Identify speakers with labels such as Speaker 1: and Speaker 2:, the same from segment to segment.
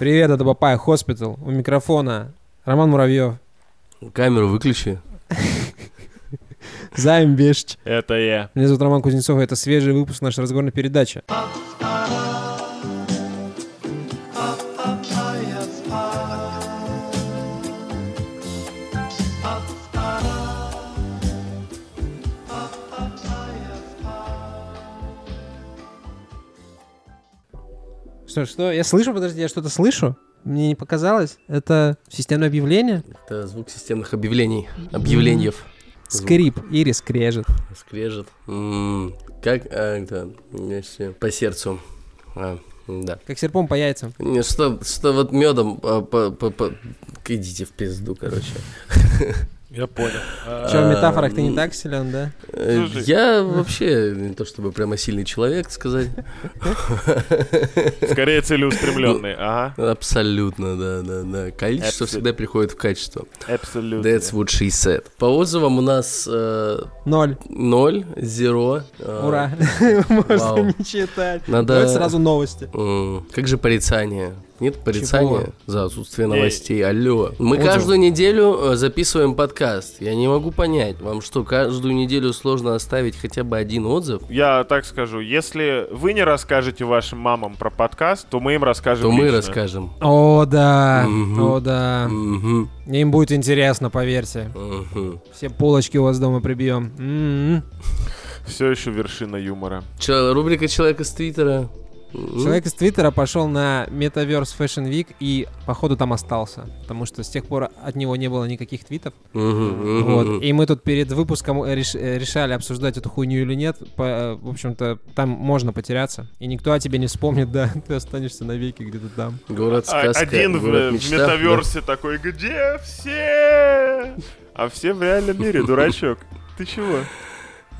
Speaker 1: Привет, это Папай Хоспитал. У микрофона Роман Муравьев.
Speaker 2: Камеру выключи.
Speaker 1: Займ Бешч.
Speaker 3: Это я.
Speaker 1: Меня зовут Роман Кузнецов, и это свежий выпуск нашей разговорной передачи. Что, что? Я слышу, подожди, я что-то слышу? Мне не показалось. Это системное объявление?
Speaker 2: Это звук системных объявлений. Объявлениев. Звук.
Speaker 1: Скрип. Ири скрежет.
Speaker 2: Скрежет. М, Как, а, да, если по сердцу. А, да.
Speaker 1: Как серпом по яйцам.
Speaker 2: Не, Что, что вот медом а, по- по- по- идите в пизду, короче.
Speaker 3: Я понял. А,
Speaker 1: Че,
Speaker 2: Э,
Speaker 1: в метафорах ты не
Speaker 2: м.
Speaker 1: так силен, да?
Speaker 2: Э,
Speaker 3: Слушай.
Speaker 2: Я вообще не то чтобы прямо сильный человек сказать.
Speaker 3: Скорее целеустремленный.
Speaker 2: Ну,
Speaker 3: Ага.
Speaker 2: Абсолютно, да, да, да. Количество
Speaker 3: Absolutely.
Speaker 2: всегда приходит в качество.
Speaker 3: Абсолютно.
Speaker 2: That's what she said. По отзывам у нас э,
Speaker 1: Ноль.
Speaker 2: ноль, зеро. э,
Speaker 1: Ура. Можно
Speaker 2: вау.
Speaker 1: не читать.
Speaker 2: Надо-
Speaker 1: Давайте сразу новости.
Speaker 2: М, Э, Как же порицание? Нет порицания
Speaker 1: Чего? Э,
Speaker 2: за отсутствие
Speaker 3: Эй.
Speaker 2: новостей. Алло. Мы
Speaker 1: Отзывы.
Speaker 2: каждую неделю э, записываем подкаст. Я не могу понять, вам что, каждую неделю сложно оставить хотя бы один отзыв?
Speaker 3: Я так скажу, если вы не расскажете вашим мамам про подкаст, то мы им расскажем
Speaker 2: То мы
Speaker 3: лично.
Speaker 2: расскажем.
Speaker 1: О, да.
Speaker 2: Мгм.
Speaker 1: О, да.
Speaker 2: Мгм,
Speaker 1: Им будет интересно, поверьте.
Speaker 2: мгм.
Speaker 1: Все полочки у вас дома прибьем. М-м.
Speaker 3: Все еще вершина юмора.
Speaker 2: Че- Рубрика «Человек из Твиттера». М,
Speaker 1: Человек из Твиттера пошел на Metaverse Fashion Week и, походу, там остался. Потому что с тех пор от него не было никаких твитов.
Speaker 2: мгм, мгм,
Speaker 1: Вот.
Speaker 2: мгм.
Speaker 1: И мы тут перед выпуском э, реш- э, решали, обсуждать эту хуйню или нет. По- э, в общем-то, там можно потеряться. И никто о тебе не вспомнит, да. Ты останешься навеки где-то там.
Speaker 2: Город
Speaker 3: А-
Speaker 2: сказка,
Speaker 3: Один в,
Speaker 2: город
Speaker 3: э, в
Speaker 2: мечта,
Speaker 3: метаверсе такой, где все? А все в реальном мире, дурачок. Ты чего?
Speaker 2: да.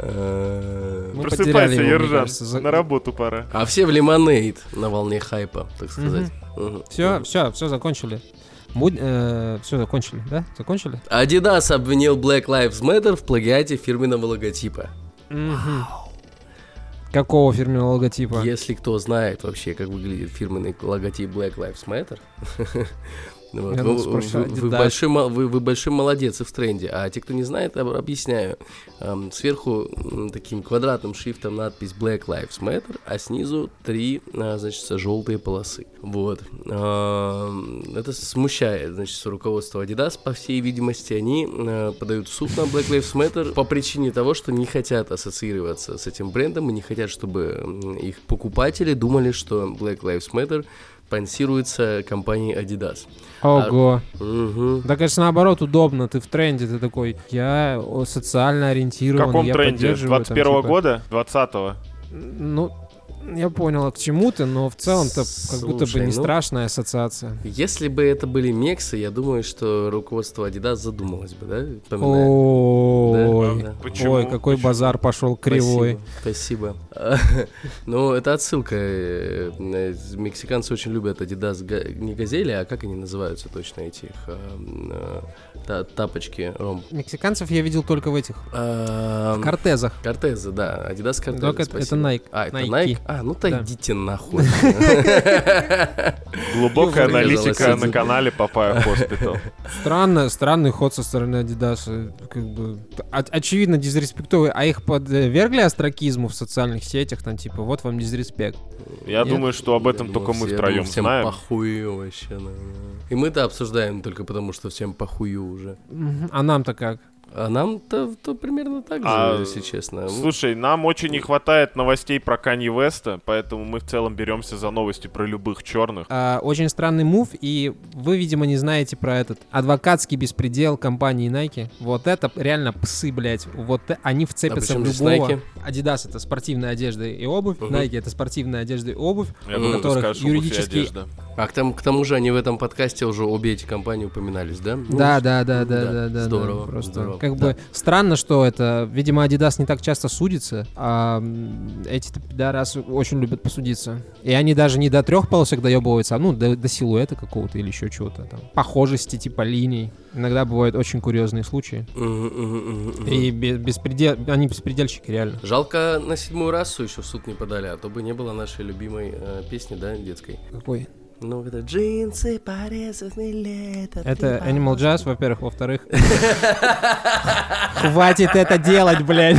Speaker 2: Э,
Speaker 1: Мы
Speaker 3: Просыпайся,
Speaker 1: потеряли его, мне
Speaker 3: Ержан.
Speaker 1: кажется, за-
Speaker 3: На работу пора.
Speaker 2: А все в лимонейд на волне хайпа, так сказать. Мгм.
Speaker 1: Все, все, все закончили. все закончили, да? Закончили?
Speaker 2: Adidas обвинил Black Lives Matter в плагиате фирменного логотипа.
Speaker 1: Мгм. Какого фирменного логотипа?
Speaker 2: Если кто знает вообще, как выглядит фирменный логотип Black Lives Matter, ну вот,
Speaker 1: Я
Speaker 2: вы-
Speaker 1: тут спросил,
Speaker 2: вы- вы
Speaker 1: Adidas.
Speaker 2: большой мал- вы вы большой молодец и в тренде. А те, кто не знает, об- объясняю. Эм, Сверху м, таким квадратным шрифтом надпись Black Lives Matter, а снизу три, а, значит, желтые полосы. Вот. Эм, Это смущает, значит, руководство Adidas. По всей видимости, они э, подают в суд на Black Lives Matter по причине того, что не хотят ассоциироваться с этим брендом и не хотят, чтобы м, их покупатели думали, что Black Lives Matter спонсируется компанией Adidas.
Speaker 1: Ого.
Speaker 2: Мгм.
Speaker 1: Да, конечно, наоборот, удобно. Ты в тренде, ты такой, я о, социально
Speaker 3: В
Speaker 1: ориентирован,
Speaker 3: каком
Speaker 1: я
Speaker 3: тренде?
Speaker 1: поддерживаю, там,
Speaker 3: 21
Speaker 1: типа.
Speaker 3: года? 20-го?
Speaker 1: Ну, я понял, а к чему ты, но в целом-то как будто бы
Speaker 2: Слушай,
Speaker 1: не
Speaker 2: ну-
Speaker 1: страшная ассоциация.
Speaker 2: Если бы это были мексы, я думаю, что руководство Adidas задумалось бы, да? Поминая.
Speaker 1: Ой,
Speaker 2: Да.
Speaker 3: Почему?
Speaker 1: ой, какой
Speaker 3: Почему?
Speaker 1: базар пошел кривой.
Speaker 2: Спасибо. спасибо. Ну, это отсылка. э, э, Мексиканцы очень любят Adidas га- не газели, а как они называются точно этих эм, э, та- тапочки Ром?
Speaker 1: Мексиканцев я видел только в этих в
Speaker 2: Эм,
Speaker 1: кортезах.
Speaker 2: Кортезы, да. Adidas Кортезы.
Speaker 1: Только Ну, это- это
Speaker 2: спасибо.
Speaker 1: Nike.
Speaker 2: А, это
Speaker 1: Nike.
Speaker 2: Nike? А, ну так
Speaker 1: Да.
Speaker 2: идите нахуй.
Speaker 3: Глубокая
Speaker 2: Юмор
Speaker 3: аналитика
Speaker 2: оказалось.
Speaker 3: на канале Папая Хоспитал.
Speaker 1: Странно, странный ход со стороны Адидаса. Как бы, о- очевидно, дизреспектовый. А их подвергли остракизму в социальных сетях, там, типа, вот вам дизреспект.
Speaker 3: Я
Speaker 1: Нет?
Speaker 3: думаю, что об этом
Speaker 2: Я
Speaker 3: только
Speaker 2: думаю,
Speaker 3: мы
Speaker 2: все- я
Speaker 3: втроем
Speaker 2: думаю, всем
Speaker 3: знаем.
Speaker 2: похую вообще. да, да. И мы-то обсуждаем только потому, что всем похую уже.
Speaker 1: Мгм. А нам-то как?
Speaker 2: А нам-то то примерно так же,
Speaker 3: А,
Speaker 2: если честно. Ну,
Speaker 3: Слушай, нам очень не хватает новостей про Канье Веста, поэтому мы в целом беремся за новости про любых черных.
Speaker 1: А, очень странный мув, и вы, видимо, не знаете про этот адвокатский беспредел компании Nike. Вот это реально псы, блядь. Вот э- они вцепятся
Speaker 2: причём
Speaker 1: в
Speaker 2: здесь
Speaker 1: любого.
Speaker 2: Nike?
Speaker 1: Adidas это спортивная одежда и обувь.
Speaker 2: Мгм.
Speaker 1: Nike это спортивная одежда и обувь.
Speaker 3: Я
Speaker 2: у
Speaker 3: думаю, ты
Speaker 1: которых
Speaker 3: скажешь, обувь и
Speaker 1: юридически-
Speaker 3: одежда.
Speaker 2: А к, тому- к тому же они в этом подкасте уже обе эти компании упоминались, да? Ну,
Speaker 1: Да, да, да,
Speaker 2: ну
Speaker 1: да,
Speaker 2: да,
Speaker 1: да, да.
Speaker 2: здорово,
Speaker 1: Просто
Speaker 2: здорово,
Speaker 1: как
Speaker 2: да.
Speaker 1: бы странно, что это. Видимо, Adidas не так часто судится, а м, эти пидорасы очень любят посудиться. И они даже не до трех полосок доебываются, а ну до, до силуэта какого-то или еще чего-то там. Похожести типа линий. Иногда бывают очень курьезные случаи.
Speaker 2: Мгм, мгм, мгм, мгм.
Speaker 1: И бе- беспредел... они беспредельщики реально.
Speaker 2: Жалко, на седьмую расу еще в суд не подали, а то бы не было нашей любимой э, песни, да, детской.
Speaker 1: Какой?
Speaker 2: Ну, это джинсы порезаны лето.
Speaker 1: Это Animal Jazz, во-первых. Во-вторых... Хватит это делать, блядь.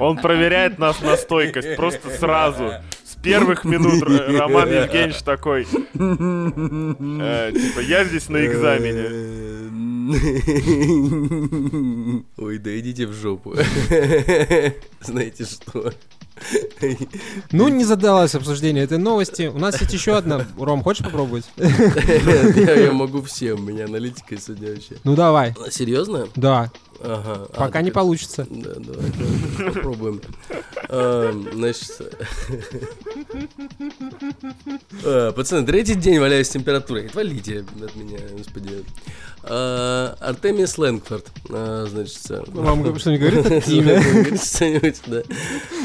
Speaker 3: Он проверяет нас на стойкость просто сразу. С первых минут Р- Роман Евгеньевич такой. э, типа, я здесь на экзамене.
Speaker 2: экзамене. Э, Ой, да идите в жопу. Знаете что?
Speaker 1: Ну, не задалось обсуждение этой новости. У нас есть еще одна. Ром, хочешь попробовать?
Speaker 2: Я я могу всем, у меня аналитика сегодня вообще.
Speaker 1: Ну, давай.
Speaker 2: Серьезно?
Speaker 1: Да,
Speaker 2: Ага. А,
Speaker 1: пока не
Speaker 2: так
Speaker 1: получится.
Speaker 2: это- Да, давай, давай, попробуем. Эм, Значит... э, Пацаны, третий день валяюсь с температурой. Отвалите от меня, господи. Э, Артемис Лэнгфорд, э, значит... э,
Speaker 1: Вам что-нибудь говорит это имя?
Speaker 2: Говорит что-нибудь, да.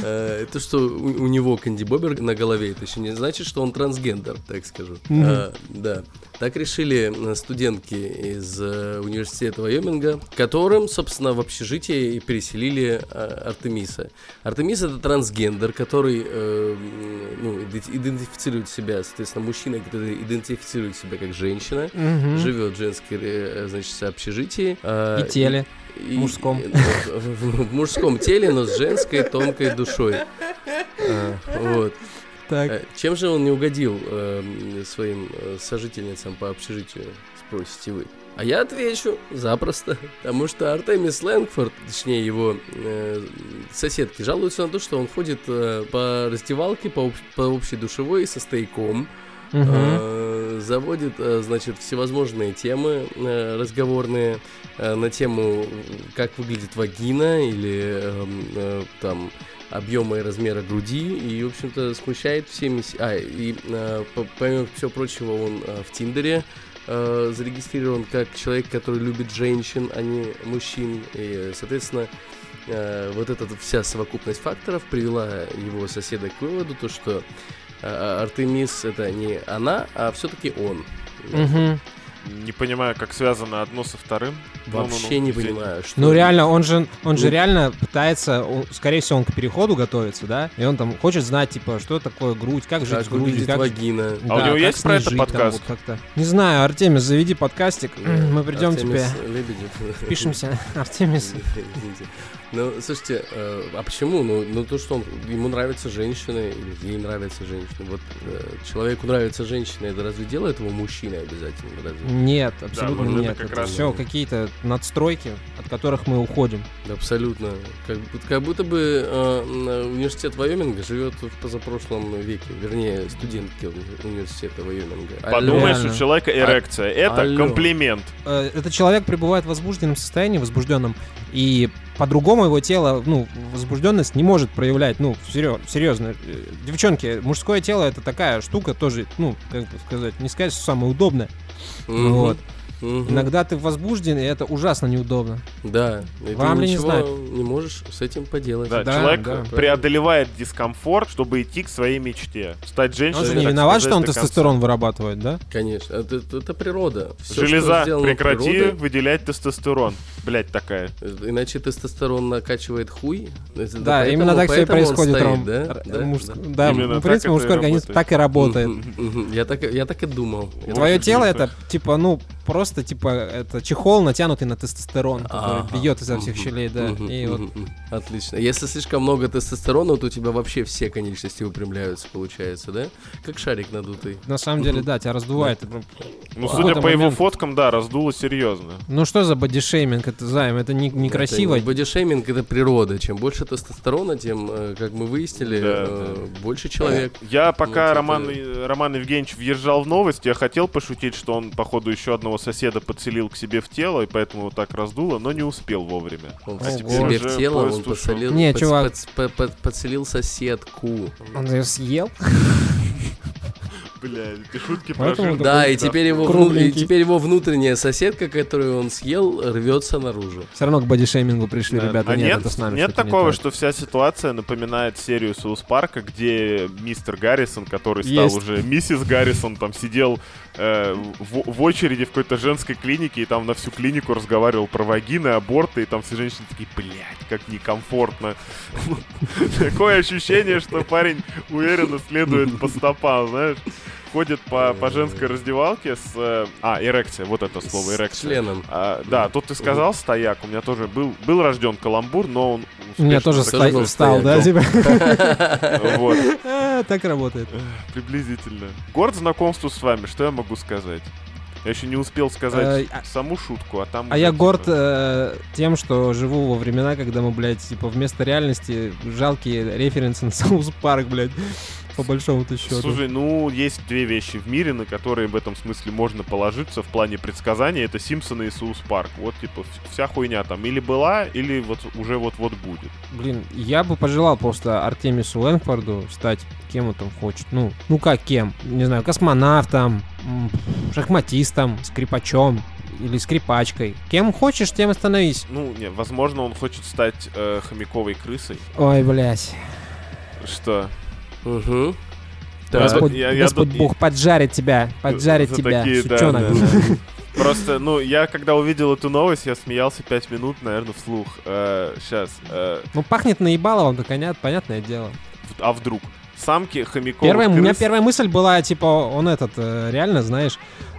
Speaker 2: Э, Это что у у него Кэнди Бобер на голове, это еще не значит, что он трансгендер, так скажу.
Speaker 1: Мгм.
Speaker 2: Э, Да. Так решили э, студентки из э, университета Вайоминга, которым, собственно, в общежитие и переселили э, Артемиса. Артемис это трансгендер, который э, м, ну, иде- идентифицирует себя, соответственно, мужчина, который идентифицирует себя как женщина,
Speaker 1: Мгм.
Speaker 2: живет в женском, э, значит, общежитии. э,
Speaker 1: И теле.
Speaker 2: и-
Speaker 1: Мужском.
Speaker 2: э, В в мужском теле, но с женской тонкой душой. Э, Вот.
Speaker 1: Так.
Speaker 2: Э, Чем же он не угодил эм, своим э, сожительницам по общежитию, спросите вы? А я отвечу, запросто. Потому что Артемис Лэнгфорд, точнее его э, соседки, жалуются на то, что он ходит э, по раздевалке, по, общ- по общей душевой со стояком,
Speaker 1: Мгм.
Speaker 2: Э, заводит, э, значит, всевозможные темы э, разговорные э, на тему, как выглядит вагина или эм, э, там объема и размера груди, и, в общем-то, смущает всеми... с- А, и э, по- помимо всего прочего, он э, в Тиндере э, зарегистрирован как человек, который любит женщин, а не мужчин, и, соответственно, э, вот эта вся совокупность факторов привела его соседа к выводу, то, что а, Артемис это не она, а все-таки он.
Speaker 1: Мгм.
Speaker 3: Не понимаю, как связано одно со вторым. Ну-ну-ну,
Speaker 2: Вообще не
Speaker 3: извини.
Speaker 2: понимаю, что.
Speaker 1: Ну реально, он же, он же
Speaker 2: э, Ну.
Speaker 1: реально пытается, он- скорее всего, он к переходу готовится, да? И он там хочет знать, типа, что такое грудь, как жить
Speaker 2: как
Speaker 1: с грудью,
Speaker 2: выглядит
Speaker 1: как
Speaker 2: вагина.
Speaker 3: А у
Speaker 1: Да,
Speaker 3: него
Speaker 1: как
Speaker 3: есть
Speaker 1: с
Speaker 3: про
Speaker 1: ней
Speaker 3: это
Speaker 1: жить там
Speaker 3: подкаст?
Speaker 1: вот как-то. Не знаю, Артемис, заведи подкастик, мы придем тебе,
Speaker 2: Э, Артемис Лебедев.
Speaker 1: пишемся, Артемис.
Speaker 2: Извините. Ну, слушайте, э, а почему? Ну, ну, то, что он, ему нравятся женщины, или ей нравятся женщины. Вот э, человеку нравятся женщины, это разве делает его мужчиной обязательно? Разве?
Speaker 1: Нет, абсолютно
Speaker 3: вот это
Speaker 1: нет.
Speaker 3: как
Speaker 1: Это
Speaker 3: раз-
Speaker 1: все какие-то надстройки, от которых мы уходим.
Speaker 2: Абсолютно. Как, будто- как будто бы э, м, университет Вайоминга живет в позапрошлом веке. Вернее, студентки уни- университета Вайоминга. Алло. А,
Speaker 3: Подумаешь, у
Speaker 1: Реально.
Speaker 3: человека эрекция. Это
Speaker 2: алло.
Speaker 3: комплимент.
Speaker 1: Э, Этот человек пребывает в возбужденном состоянии, возбужденном, и по-другому его тело, ну, возбужденность не может проявлять, ну, серьё- серьезно. Э, Девчонки, мужское тело это такая штука тоже, ну, как бы сказать, не сказать, что самое удобное.
Speaker 2: Мгм.
Speaker 1: Вот.
Speaker 2: Мгм.
Speaker 1: Иногда ты возбужден, и это ужасно неудобно.
Speaker 2: Да. И
Speaker 1: Вам
Speaker 2: ты
Speaker 1: ли не
Speaker 2: ничего
Speaker 1: знать?
Speaker 2: не можешь с этим поделать.
Speaker 3: Да,
Speaker 1: Да,
Speaker 3: человек
Speaker 1: да.
Speaker 3: преодолевает дискомфорт, чтобы идти к своей мечте. Стать
Speaker 1: Он
Speaker 3: женщиной.
Speaker 1: же не
Speaker 3: так
Speaker 1: виноват,
Speaker 3: сказать,
Speaker 1: что он
Speaker 3: до конца.
Speaker 1: тестостерон вырабатывает, да?
Speaker 2: Конечно. Это, это- это природа. Всё, что
Speaker 3: Железа,
Speaker 2: сделано
Speaker 3: прекрати
Speaker 2: природой,
Speaker 3: выделять тестостерон. Блять, такая.
Speaker 2: э, Иначе тестостерон накачивает хуй. Это-
Speaker 1: Да,
Speaker 2: поэтому-
Speaker 1: именно так все и
Speaker 2: поэтому он
Speaker 1: происходит,
Speaker 2: стоит,
Speaker 1: Ром.
Speaker 2: да?
Speaker 1: Р-
Speaker 2: Да,
Speaker 1: мужск-
Speaker 2: да.
Speaker 1: да,
Speaker 3: Именно
Speaker 1: в
Speaker 3: так
Speaker 1: принципе,
Speaker 3: это и
Speaker 1: мужской организм
Speaker 3: работает.
Speaker 1: так и работает.
Speaker 2: Мгм, мгм. Я так, и- я так и думал.
Speaker 3: Вот
Speaker 1: Твое
Speaker 3: это
Speaker 1: тело
Speaker 3: действует.
Speaker 1: это типа, ну, просто типа это чехол, натянутый на тестостерон, который
Speaker 2: Ага.
Speaker 1: бьет изо всех
Speaker 2: Мгм,
Speaker 1: щелей, да.
Speaker 2: мгм,
Speaker 1: И вот
Speaker 2: мгм, мгм. Отлично. Если слишком много тестостерона, то у тебя вообще все конечности выпрямляются, получается, да? Как шарик надутый.
Speaker 1: на самом деле, да, тебя раздувает. Ты прям-
Speaker 3: Ну,
Speaker 1: В
Speaker 3: судя
Speaker 1: какой-то
Speaker 3: по его
Speaker 1: момент-
Speaker 3: фоткам, да, раздуло серьезно.
Speaker 1: Ну что за бодишейминг, это займ, это не- некрасиво.
Speaker 2: Это не бодишейминг это природа. Чем больше тестостерона, тем, э, как мы выяснили,
Speaker 3: Да,
Speaker 2: э, больше человек.
Speaker 3: Я пока
Speaker 2: это-
Speaker 3: Роман, Роман Евгеньевич въезжал в новость, я хотел пошутить, что он, походу, еще одного соседа подселил к себе в тело, и поэтому вот так раздуло, но не успел вовремя.
Speaker 2: Он
Speaker 1: А
Speaker 2: себе
Speaker 1: теперь
Speaker 2: в
Speaker 3: уже
Speaker 2: тело,
Speaker 3: поезд
Speaker 2: он
Speaker 3: ушел.
Speaker 2: подсолил,
Speaker 1: Не, чувак.
Speaker 2: подселил соседку.
Speaker 1: Он ее съел?
Speaker 3: Бля, эти шутки про
Speaker 1: Поэтому
Speaker 3: жир-
Speaker 1: да.
Speaker 2: Да,
Speaker 1: такой,
Speaker 2: и теперь, его вну- и
Speaker 1: кругленький.
Speaker 2: теперь его внутренняя соседка, которую он съел, рвется наружу.
Speaker 1: Все равно к бодишеймингу пришли,
Speaker 3: Да.
Speaker 1: ребята.
Speaker 3: А
Speaker 1: нет,
Speaker 3: нет,
Speaker 1: это с нами.
Speaker 3: нет
Speaker 1: что-то не
Speaker 3: такого,
Speaker 1: так.
Speaker 3: что вся ситуация напоминает серию Соус Парка, где мистер Гаррисон, который стал
Speaker 1: Есть.
Speaker 3: уже миссис Гаррисон, там сидел э, в, в очереди в какой-то женской клинике и там на всю клинику разговаривал про вагины, аборты, и там все женщины такие, блядь, как некомфортно. Такое ощущение, что парень уверенно следует по стопам, знаешь. ходит по, по женской раздевалке с... э, А, эрекция, вот это слово,
Speaker 2: С
Speaker 3: эрекция.
Speaker 2: членом.
Speaker 3: А, да, тут ты сказал стояк. У меня тоже был, был рожден каламбур, но он...
Speaker 1: У меня
Speaker 3: успешно
Speaker 1: тоже
Speaker 2: тоже
Speaker 1: ста-
Speaker 2: был
Speaker 1: встал, да, типа?
Speaker 3: прекратил. Вот,
Speaker 1: А, Так работает.
Speaker 3: приблизительно. Горд знакомству с вами, что я могу сказать? Я еще не успел сказать
Speaker 1: Э, а-
Speaker 3: саму шутку, а там...
Speaker 1: А
Speaker 3: уже,
Speaker 1: я
Speaker 3: типа,
Speaker 1: горд э, тем, что живу во времена, когда мы, блядь, типа вместо реальности жалкие референсы на Саус Парк, блядь, по большому-то счету.
Speaker 3: Слушай, ну, есть две вещи в мире, на которые в этом смысле можно положиться в плане предсказания. Это Симпсоны и Соус Парк. Вот, типа, в- вся хуйня там или была, или вот уже вот-вот будет.
Speaker 1: Блин, я бы пожелал просто Артемису Лэнфорду стать кем он там хочет. Ну, ну как кем? Не знаю, космонавтом, м, шахматистом, скрипачом или скрипачкой. Кем хочешь, тем и становись.
Speaker 3: Ну, не, возможно, он хочет стать э, хомяковой крысой.
Speaker 1: Ой, блядь.
Speaker 3: Что?
Speaker 2: Угу.
Speaker 3: Да,
Speaker 2: Так,
Speaker 1: Господь,
Speaker 3: я- я
Speaker 1: Господь
Speaker 3: тут-
Speaker 1: Бог поджарит тебя, поджарит
Speaker 3: За
Speaker 1: тебя,
Speaker 3: такие, да,
Speaker 1: сучонок.
Speaker 3: да, да. Просто, ну, я когда увидел эту новость, я смеялся пять минут, наверное, вслух. Э, Сейчас.
Speaker 1: Ну, пахнет наебаловым-то, коня- понятное дело.
Speaker 3: А вдруг? Самки хомяковых
Speaker 1: Первая, у меня
Speaker 3: крыс-
Speaker 1: первая мысль была, типа, он этот, э, реально, знаешь,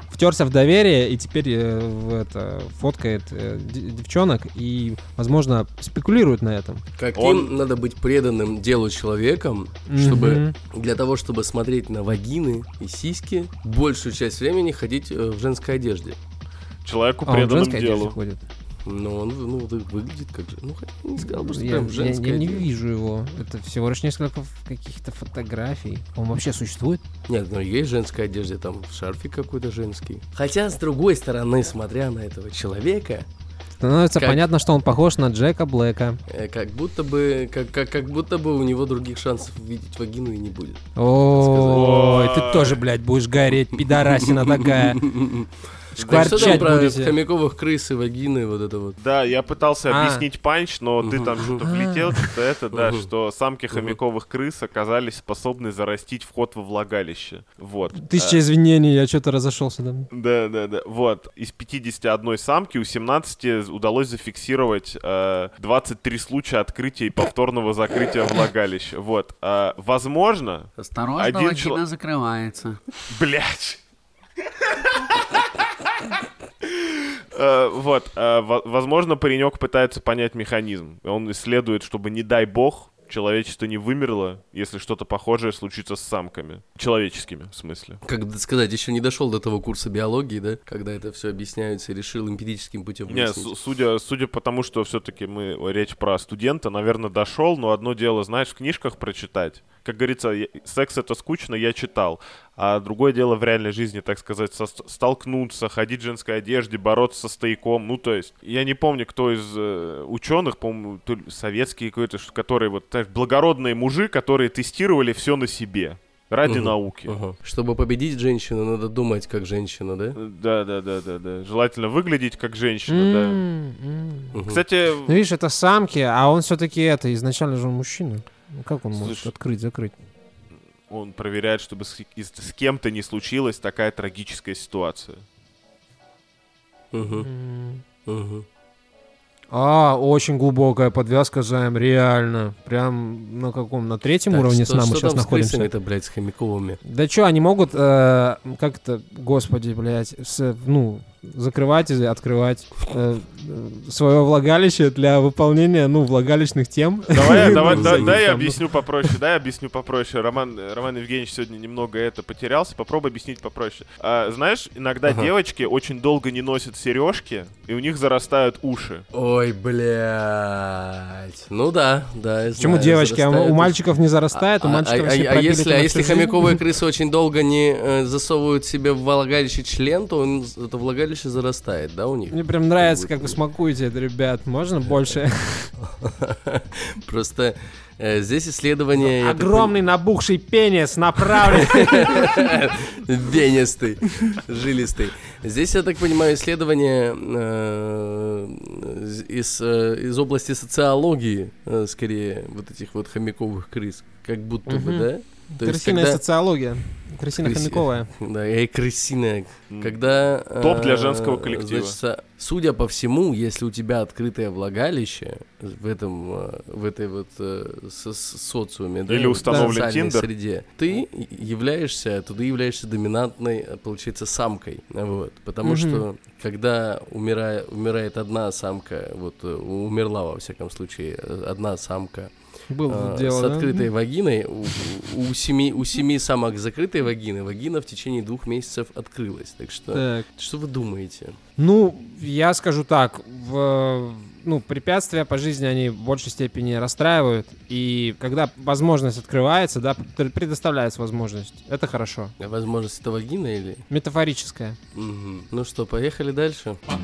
Speaker 1: втерся в доверие и теперь э, в это, фоткает э, де- девчонок и, возможно, спекулирует на этом.
Speaker 2: Каким
Speaker 3: Он-
Speaker 2: надо быть преданным делу человеком, чтобы для того, чтобы смотреть на вагины и сиськи, большую часть времени ходить э, в женской одежде.
Speaker 3: Человеку
Speaker 1: А он в
Speaker 3: преданным
Speaker 1: женской одежде
Speaker 3: делу.
Speaker 1: ходит?
Speaker 2: Но он ну, вы- выглядит как же. Ну, хотя не сказал бы, что
Speaker 1: Я,
Speaker 2: прям
Speaker 1: я- я
Speaker 2: женская
Speaker 1: не
Speaker 2: одежда.
Speaker 1: вижу его. Это всего лишь несколько ф- каких-то фотографий. Он вообще существует?
Speaker 2: Нет, ну есть женская одежда, там шарфик какой-то женский. Хотя, с другой стороны, смотря на этого человека,
Speaker 1: Становится
Speaker 2: Как-
Speaker 1: понятно, что он похож на Джека Блэка.
Speaker 2: э, как будто бы, как, как, как будто бы у него других шансов видеть вагину и не будет.
Speaker 1: Ой, ты
Speaker 3: Сказать.
Speaker 1: тоже, блядь, будешь гореть, пидорасина такая.
Speaker 2: Так что там
Speaker 1: Шкварчать
Speaker 2: про
Speaker 1: будете.
Speaker 2: хомяковых крыс и вагины, вот это вот.
Speaker 3: Да, я пытался
Speaker 1: А.
Speaker 3: объяснить панч, но ты там что-то влетел, что-то это, да,
Speaker 2: Мгм.
Speaker 3: что самки
Speaker 2: Мгм.
Speaker 3: хомяковых крыс оказались способны зарастить вход во влагалище. Вот. э,
Speaker 2: А.
Speaker 1: Тысяча извинений, я что-то разошелся там.
Speaker 3: Да, да, да. Вот. Из 51 самки у 17 удалось зафиксировать э, 23 случая открытия и повторного закрытия влагалища. Вот. А, возможно,
Speaker 4: Осторожно,
Speaker 3: Один
Speaker 4: вагина
Speaker 3: чело-
Speaker 4: закрывается.
Speaker 3: Блять. Э, Вот, э, во- возможно, паренек пытается понять механизм. Он исследует, чтобы, не дай бог, человечество не вымерло, если что-то похожее случится с самками. Человеческими, в смысле.
Speaker 2: Как бы сказать, еще не дошел до того курса биологии, да, когда это все объясняется и решил эмпирическим путем
Speaker 3: Не, су- судя, судя по тому, что все-таки мы э, речь про студента, наверное, дошел, но одно дело, знаешь, в книжках прочитать. Как говорится, я- секс это скучно, я читал. А другое дело в реальной жизни, так сказать, со- столкнуться, ходить в женской одежде, бороться со стояком. Ну, то есть, я не помню, кто из ученых, по-моему, то ли советские какой-то, что- которые вот, знаешь, благородные мужи, которые тестировали все на себе ради
Speaker 2: Мгм.
Speaker 3: науки.
Speaker 2: Ага. Чтобы победить женщину, надо думать как женщина, да?
Speaker 3: Э, Да, да, да, да, да. Желательно выглядеть как
Speaker 2: М-м.
Speaker 3: женщина,
Speaker 1: М, м.
Speaker 3: да. Кстати,
Speaker 1: М-м-м. Ну, видишь, это самки, а он все-таки это, изначально же он мужчина. Ну, Как он может
Speaker 3: Слушай.
Speaker 1: открыть, закрыть?
Speaker 3: Он проверяет, чтобы с, и- с кем-то не случилась такая трагическая ситуация.
Speaker 2: Мгм. Мгм.
Speaker 1: А, очень глубокая подвязка, Займ, реально. Прям на каком? На третьем
Speaker 2: Так,
Speaker 1: уровне
Speaker 2: что-
Speaker 1: сна мы
Speaker 2: что
Speaker 1: сейчас
Speaker 2: там с крысами
Speaker 1: находимся.
Speaker 2: это, блядь, с хомяковыми?
Speaker 1: Да что, они могут э, как-то, господи, блядь, с- ну, закрывать и открывать свое влагалище для выполнения, ну, влагалищных тем.
Speaker 3: Давай, давай,
Speaker 1: Ну,
Speaker 3: да-
Speaker 1: всяких
Speaker 3: дай я
Speaker 1: там, ну,
Speaker 3: объясню попроще, дай я объясню попроще. Роман, э, Роман Евгеньевич сегодня немного это потерялся, попробуй объяснить попроще. А, знаешь, иногда
Speaker 2: Ага.
Speaker 3: девочки очень долго не носят сережки, и у них зарастают уши.
Speaker 2: Ой, блядь. Ну да, да. я
Speaker 1: Почему
Speaker 2: знаю,
Speaker 1: девочки? А
Speaker 2: зарастает
Speaker 1: у
Speaker 2: уж-
Speaker 1: мальчиков не зарастает, у
Speaker 2: А- а-
Speaker 1: мальчиков
Speaker 2: а-
Speaker 1: все
Speaker 2: а если,
Speaker 1: пробили
Speaker 2: а
Speaker 1: на
Speaker 2: если
Speaker 1: всю жизнь.
Speaker 2: хомяковые крысы очень долго не э, засовывают себе в влагалище член, то он, это влагалище зарастает, да, у них?
Speaker 1: Мне прям нравится, как вы смакуете это, ребят. Можно больше?
Speaker 2: Просто э, здесь исследование... я так
Speaker 1: Огромный набухший пенис направлен.
Speaker 2: Венистый, жилистый. Здесь, я так понимаю, исследование э, из, э, из области социологии, э, скорее, вот этих вот хомяковых крыс, как будто бы,
Speaker 1: Мгм.
Speaker 2: да? То есть,
Speaker 1: Крысиная
Speaker 2: когда-
Speaker 1: социология. Крысина
Speaker 2: Крыси-
Speaker 1: хомяковая.
Speaker 2: Да, и крысиная.
Speaker 3: М.
Speaker 2: Когда...
Speaker 3: Топ для
Speaker 2: э,
Speaker 3: женского коллектива.
Speaker 2: значит, со- Судя по всему, если у тебя открытое влагалище в этом, э, в этой вот э, со- со- социуме, да,
Speaker 3: Или
Speaker 2: в
Speaker 3: установлен
Speaker 2: социальной
Speaker 3: Tinder.
Speaker 2: среде, ты являешься, туда являешься доминантной, э, получается, самкой, вот, потому
Speaker 1: Мгм.
Speaker 2: что когда умирая, умирает одна самка, вот э, умерла во всяком случае э, одна самка
Speaker 1: Было
Speaker 2: а,
Speaker 1: дело,
Speaker 2: с
Speaker 1: да?
Speaker 2: открытой вагиной. У, у- у семи, у семи самок с закрытой вагины вагина в течение двух месяцев открылась. Так что,
Speaker 1: Так.
Speaker 2: что вы думаете?
Speaker 1: Ну, я скажу так, в, ну, препятствия по жизни, они в большей степени расстраивают, и когда возможность открывается, да, пр- предоставляется возможность, это хорошо.
Speaker 2: Возможность это вагина или?
Speaker 1: Метафорическое.
Speaker 2: Мгм. Ну что, поехали дальше?
Speaker 3: А